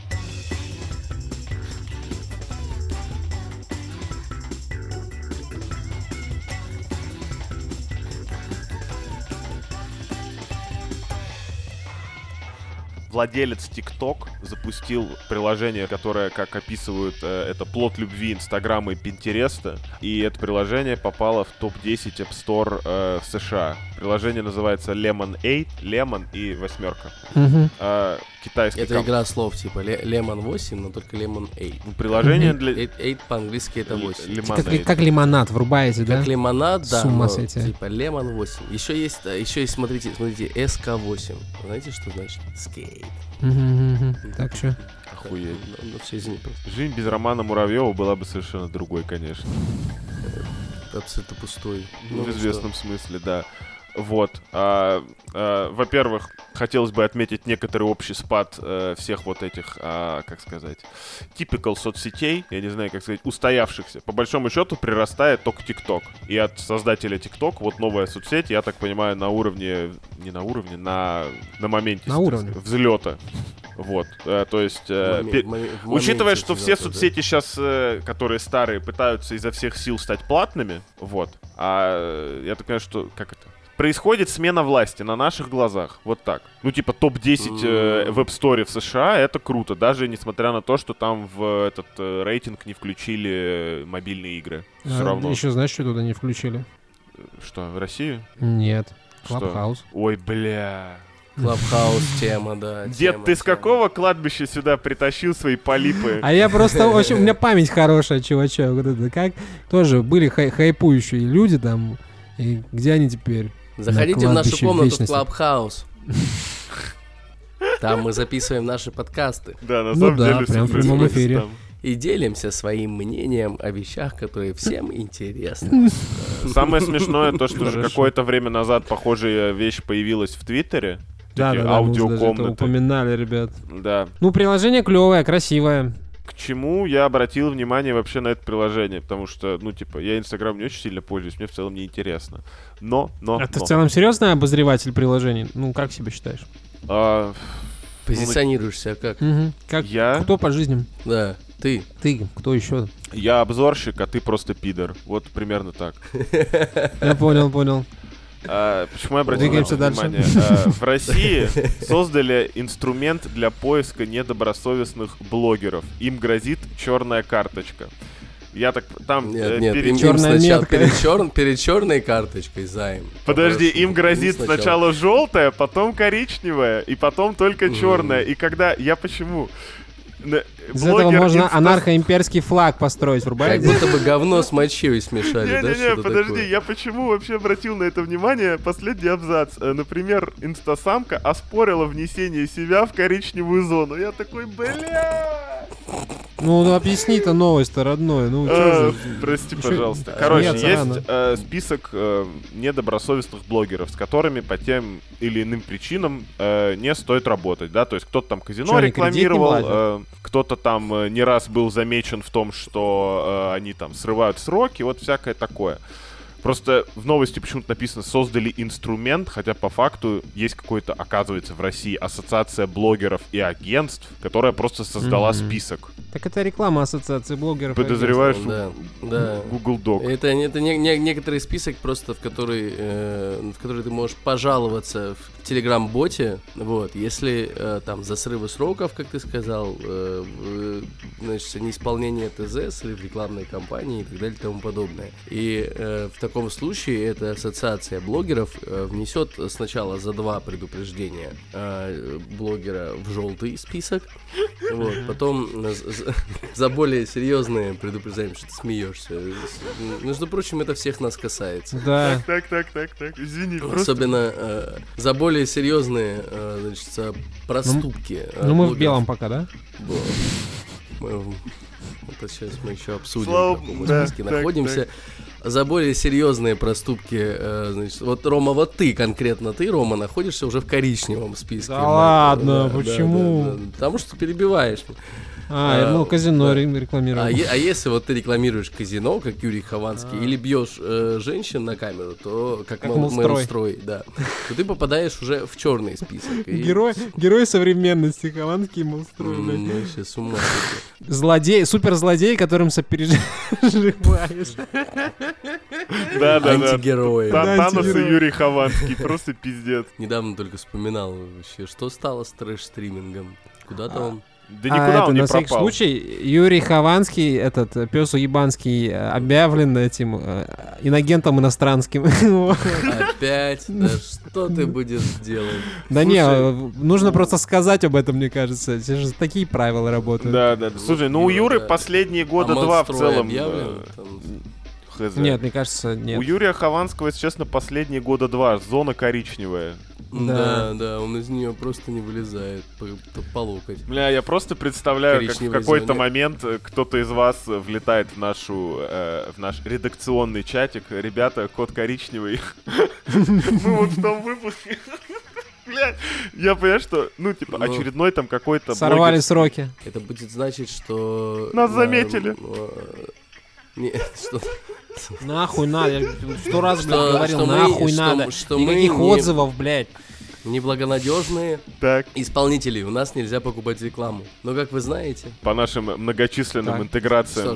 Speaker 3: Владелец TikTok запустил приложение, которое, как описывают, э, это плод любви Инстаграма и Пинтереста. И это приложение попало в топ-10 App Store э, в США. Приложение называется Lemon 8, Lemon и восьмерка.
Speaker 1: Мгм.
Speaker 3: А, китайский
Speaker 2: Это
Speaker 3: ком-
Speaker 2: игра слов типа ле- Лемон 8, но только Лемон 8.
Speaker 3: Ну, Приложение для...
Speaker 2: 8 по-английски это
Speaker 3: л-
Speaker 2: 8.
Speaker 1: Как,
Speaker 3: лимонада.
Speaker 1: ли- как лимонад врубаете, да?
Speaker 2: Как лимонад, да.
Speaker 1: С ума
Speaker 2: но
Speaker 1: сойти.
Speaker 2: Типа лемон 8. Еще есть, э, еще есть, смотрите, смотрите, СК8. Знаете, что значит? Скейт.
Speaker 1: Мгм, мгм. Так что?
Speaker 3: Охуеть.
Speaker 2: Ну, все, извини, просто
Speaker 3: Жизнь без Романа Муравьева была бы совершенно другой, конечно.
Speaker 2: абсолютно пустой. Ну,
Speaker 3: в
Speaker 2: что?
Speaker 3: известном смысле, да. Вот. А, а, во-первых, хотелось бы отметить некоторый общий спад э, всех вот этих, а, как сказать, типикал соцсетей, я не знаю, как сказать, устоявшихся. По большому счету прирастает только ТикТок. И от создателя ТикТок вот новая соцсеть, я так понимаю, на уровне, не на уровне, на, на моменте
Speaker 1: На
Speaker 3: так
Speaker 1: уровне.
Speaker 3: сказать, взлета. Вот. Э, то есть... э,
Speaker 2: В моме-
Speaker 3: пе-
Speaker 2: в моме- в моменте
Speaker 3: Учитывая, что
Speaker 2: тебя
Speaker 3: все
Speaker 2: тоже.
Speaker 3: соцсети сейчас, которые старые, пытаются изо всех сил стать платными, вот, а э, я так понимаю, что, как это, происходит смена власти на наших глазах, вот так. Ну, типа, топ-10 э,
Speaker 2: М.
Speaker 3: в App Store в США, это круто, даже несмотря на то, что там в этот э, рейтинг не включили э, мобильные игры.
Speaker 1: А,
Speaker 3: Все равно.
Speaker 1: Еще знаешь, что туда не включили?
Speaker 3: Что, в Россию?
Speaker 1: Нет.
Speaker 3: Что?
Speaker 1: Клабхаус.
Speaker 3: Ой, бля.
Speaker 2: Клабхаус тема, да.
Speaker 3: Дед,
Speaker 2: тема,
Speaker 3: ты с
Speaker 2: тема.
Speaker 3: какого кладбища сюда притащил свои полипы?
Speaker 1: А я просто, вообще, у меня память хорошая, чувачок. Вот это как тоже были хай- хайпующие люди там. И где они теперь?
Speaker 2: Заходите в нашу
Speaker 1: кладбище
Speaker 2: комнату в
Speaker 1: вечности.
Speaker 2: Клабхаус. Там мы записываем наши подкасты.
Speaker 3: Да, на
Speaker 1: Ну
Speaker 3: самом
Speaker 1: да,
Speaker 3: деле всё
Speaker 1: прям в
Speaker 2: прямом
Speaker 3: происходит
Speaker 1: эфире.
Speaker 3: там.
Speaker 2: и делимся своим мнением о вещах, которые всем интересны.
Speaker 3: Самое смешное то, что уже
Speaker 1: Хорошо.
Speaker 3: какое-то время назад похожая вещь появилась в Твиттере.
Speaker 1: мы уже
Speaker 3: Такие
Speaker 1: даже это
Speaker 3: аудиокомнаты.
Speaker 1: упоминали, ребят.
Speaker 3: Да.
Speaker 1: Ну, приложение клевое, красивое.
Speaker 3: К чему я обратил внимание вообще на это приложение? Потому что, ну, типа, я Инстаграм не очень сильно пользуюсь, мне в целом не интересно. Но, но,
Speaker 1: А ты
Speaker 3: но.
Speaker 1: в целом серьезный обозреватель приложений? Ну, как себя считаешь?
Speaker 3: А,
Speaker 2: Позиционируешься как?
Speaker 1: Как
Speaker 3: я,
Speaker 1: кто по жизни?
Speaker 2: Да, ты.
Speaker 1: Ты, кто еще?
Speaker 3: я обзорщик, а ты просто пидор. Вот примерно так.
Speaker 1: Я понял, понял.
Speaker 3: А, почему я обратил на это
Speaker 1: Двигаемся дальше.
Speaker 3: внимание? А, в России создали инструмент для поиска недобросовестных блогеров. Им грозит черная карточка. Я так там
Speaker 2: Нет,
Speaker 3: э,
Speaker 2: нет,
Speaker 3: перед-
Speaker 2: им- им
Speaker 1: Чёрная
Speaker 2: сначала-
Speaker 1: метка.
Speaker 2: перед, чёр- перед черной карточкой займ.
Speaker 3: Подожди,
Speaker 2: Попрошу.
Speaker 3: им грозит сначала желтая, потом коричневая, и потом только черная. И когда. Я почему? На-
Speaker 1: Из этого
Speaker 3: блогер
Speaker 1: можно
Speaker 3: инста-
Speaker 1: анархоимперский флаг построить,
Speaker 2: Как
Speaker 1: врубаете?
Speaker 2: будто бы говно с мочой смешали, да?
Speaker 3: Не-не-не,
Speaker 2: что-то
Speaker 3: подожди,
Speaker 2: такое.
Speaker 3: я почему вообще обратил на это внимание? Последний абзац. Э, Например, инстасамка оспорила внесение себя в коричневую зону. Я такой, бля!
Speaker 5: Ну, ну, объясни-то новость-то, родной. Ну, чё
Speaker 3: Э,
Speaker 5: же?
Speaker 3: Прости,
Speaker 5: Ещё-
Speaker 3: пожалуйста.
Speaker 5: э,
Speaker 3: Короче,
Speaker 5: смеяться
Speaker 3: есть
Speaker 5: рано.
Speaker 3: э, список э, недобросовестных блогеров, с которыми по тем или иным причинам э, не стоит работать, да, то есть кто-то там казино
Speaker 1: Чё, они кредит не
Speaker 3: рекламировал,
Speaker 1: платят?
Speaker 3: э, кто-то там э, не раз был замечен в том, что э, они там срывают сроки, вот всякое такое. Просто в новости почему-то написано «создали инструмент», хотя по факту есть какой-то, оказывается, в России ассоциация блогеров и агентств, которая просто создала
Speaker 1: Мгм.
Speaker 3: список.
Speaker 1: Так это реклама ассоциации блогеров. и
Speaker 3: Подозреваю, что
Speaker 2: Да, да.
Speaker 3: Google Doc.
Speaker 2: Это, не- это не- не- некоторый список просто, в который, э, в который ты можешь пожаловаться в телеграм-боте, вот, если э, там за срывы сроков, как ты сказал, э, э, значит, неисполнение ТЗ, срыв рекламной кампании и так далее и тому подобное. И э, в таком случае эта ассоциация блогеров э, внесет сначала за два предупреждения э, блогера в желтый список, вот, потом э, з- з- за более серьезные предупреждаем, что ты смеешься. С- Между прочим, это всех нас касается.
Speaker 1: агентств. Да.
Speaker 3: Так, так, так, так, так. Извини,
Speaker 1: Ну,
Speaker 3: просто.
Speaker 2: Особенно э, за более серьезные э, значит, э, проступки. э,
Speaker 1: Ну мы в
Speaker 2: блогеров.
Speaker 1: белом пока, да?
Speaker 2: Бо- мы в- Это сейчас мы еще обсудим,
Speaker 3: Слава
Speaker 2: в каком мы
Speaker 3: богу, да,
Speaker 2: списке
Speaker 3: так,
Speaker 2: находимся. За более серьезные проступки, э, значит, вот Рома, вот ты конкретно, ты, Рома, находишься уже в коричневом списке.
Speaker 1: Да ладно,
Speaker 2: да, да,
Speaker 1: почему?
Speaker 2: да, да. Потому что перебиваешь.
Speaker 1: А,
Speaker 2: Э,
Speaker 1: ну казино
Speaker 2: да.
Speaker 1: ре-
Speaker 2: А,
Speaker 1: рекламировал.
Speaker 2: е- а если вот ты рекламируешь казино, как Юрий Хованский, или бьешь э, женщин на камеру, то как,
Speaker 1: Как
Speaker 2: Мэл-
Speaker 1: Мэлстрой.
Speaker 2: Мэлстрой, да, то ты попадаешь уже в черный список. И-
Speaker 5: Герой, герой современности, Хованский монстр,
Speaker 2: М,
Speaker 5: блядь.
Speaker 2: Ну, вообще с ума сойти.
Speaker 1: Злодей, суперзлодей, которым сопереживаешь.
Speaker 3: Да, да, да.
Speaker 2: Антигерои.
Speaker 3: Та-
Speaker 5: Да,
Speaker 3: Танос и
Speaker 5: антигерой.
Speaker 3: Юрий Хованский, просто пиздец.
Speaker 2: Недавно только вспоминал вообще, что стало с трэш-стримингом. Куда-то он.
Speaker 3: Да
Speaker 1: А
Speaker 3: никуда
Speaker 1: это
Speaker 3: он не
Speaker 1: на всякий
Speaker 3: пропал.
Speaker 1: случай Юрий Хованский, этот пес уебанский, э, объявлен этим э, инагентом иностранским. Вот.
Speaker 2: Опять? Да что ты будешь делать?
Speaker 1: Да не,
Speaker 3: Слушай,
Speaker 1: э, нужно просто сказать об этом, мне кажется. Здесь же такие правила работают.
Speaker 3: Да, да. да. Слушай, ну у
Speaker 2: Вот Юра,
Speaker 3: Юры
Speaker 2: да.
Speaker 3: последние года
Speaker 2: А
Speaker 3: два в
Speaker 2: Мэлстрой
Speaker 3: целом.
Speaker 2: объявлен?
Speaker 3: э,
Speaker 2: Там-
Speaker 3: хз.
Speaker 1: Нет, мне кажется, нет.
Speaker 3: У Юрия Хованского, если честно, последние года два. Зона коричневая.
Speaker 1: Да.
Speaker 2: Да, да, он из нее просто не вылезает по, по локоть.
Speaker 3: Бля, я просто представляю, как в
Speaker 2: Коричневая
Speaker 3: какой-то
Speaker 2: зона.
Speaker 3: момент э, кто-то из вас э, влетает в нашу, э, в наш редакционный чатик. Ребята, код коричневый. Мы вот в том выпуске. Бля, я понимаю, что, ну, типа,
Speaker 2: Ну.
Speaker 3: очередной там какой-то...
Speaker 1: Сорвали
Speaker 3: блогер-
Speaker 1: сроки.
Speaker 2: Это будет значить, что...
Speaker 3: Нас
Speaker 2: на-
Speaker 3: заметили.
Speaker 2: э, Нет, что,
Speaker 1: Нахуй надо. Я сто раз блядь,
Speaker 2: Что-
Speaker 1: говорил,
Speaker 2: что мы-
Speaker 1: нахуй
Speaker 2: что-
Speaker 1: надо.
Speaker 2: что мы
Speaker 1: Никаких
Speaker 2: не-
Speaker 1: отзывов, блядь.
Speaker 2: неблагонадежные
Speaker 3: Так.
Speaker 2: исполнители. У нас нельзя покупать рекламу. Но, как вы знаете...
Speaker 3: по нашим многочисленным
Speaker 1: Так.
Speaker 3: интеграциям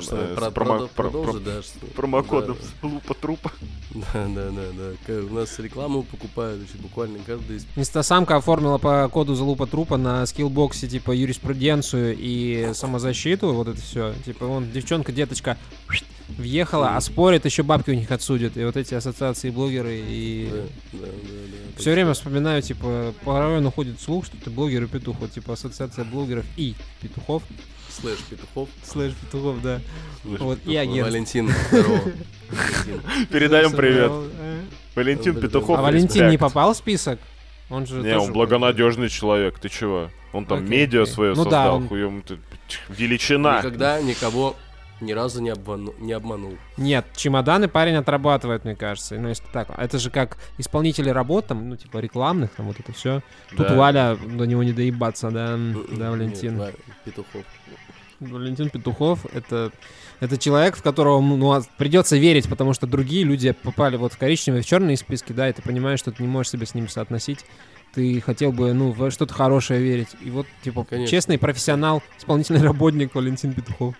Speaker 2: Что, что,
Speaker 3: э, с
Speaker 2: про-
Speaker 3: промо-
Speaker 2: продо-
Speaker 3: про-
Speaker 2: продолжи,
Speaker 3: про-
Speaker 2: да, что-
Speaker 3: промокодом
Speaker 2: да.
Speaker 3: с лупа трупа.
Speaker 2: Да, да, да, да. К- У нас рекламу покупают вообще буквально каждый из...
Speaker 1: Инстасамка оформила по коду залупа трупа на скиллбоксе, типа, юриспруденцию и самозащиту, вот это все. Типа, вон, девчонка, деточка, въехала, а спорит, еще бабки у них отсудят. И вот эти ассоциации блогеры и...
Speaker 2: Да, да, да, да.
Speaker 1: Все время вспоминаю, типа, по району ходит слух, что ты блогер и петух. Вот, типа, ассоциация блогеров и петухов.
Speaker 2: Слэш петухов.
Speaker 1: Слэш петухов, да.
Speaker 2: Слэш
Speaker 1: Вот, и агент.
Speaker 2: Валентин, здорово. Валентин.
Speaker 3: Передаем привет.
Speaker 1: э,
Speaker 3: Валентин
Speaker 2: Привет.
Speaker 3: Петухов.
Speaker 1: А Валентин не
Speaker 3: респект.
Speaker 1: попал в список? Он же
Speaker 3: Не,
Speaker 1: тоже-
Speaker 3: он благонадежный человек, ты чего? Он там
Speaker 1: Окей,
Speaker 3: медиа
Speaker 1: окей.
Speaker 3: свое
Speaker 1: Ну да,
Speaker 3: создал,
Speaker 1: он-
Speaker 3: хуем ты. тьф, Величина.
Speaker 2: Никогда никого ни разу не, обману- не обманул.
Speaker 1: Нет, чемоданы парень отрабатывает, мне кажется. Ну, если так, это же как исполнители работ, там, ну, типа, рекламных, там, вот это все. Тут
Speaker 3: Да.
Speaker 1: Валя, до него не доебаться, да,
Speaker 2: М-м,
Speaker 1: да, Валентин.
Speaker 2: нет, Ва- Петухов.
Speaker 1: Валентин Петухов это, это человек, в которого ну, а, придется верить, потому что другие люди попали вот в коричневые, в черные списки, да, и ты понимаешь, что ты не можешь себя с ними соотносить. Ты хотел бы, ну, во что-то хорошее верить. И вот, типа,
Speaker 2: Конечно.
Speaker 1: честный профессионал, исполнительный работник Валентин Петухов.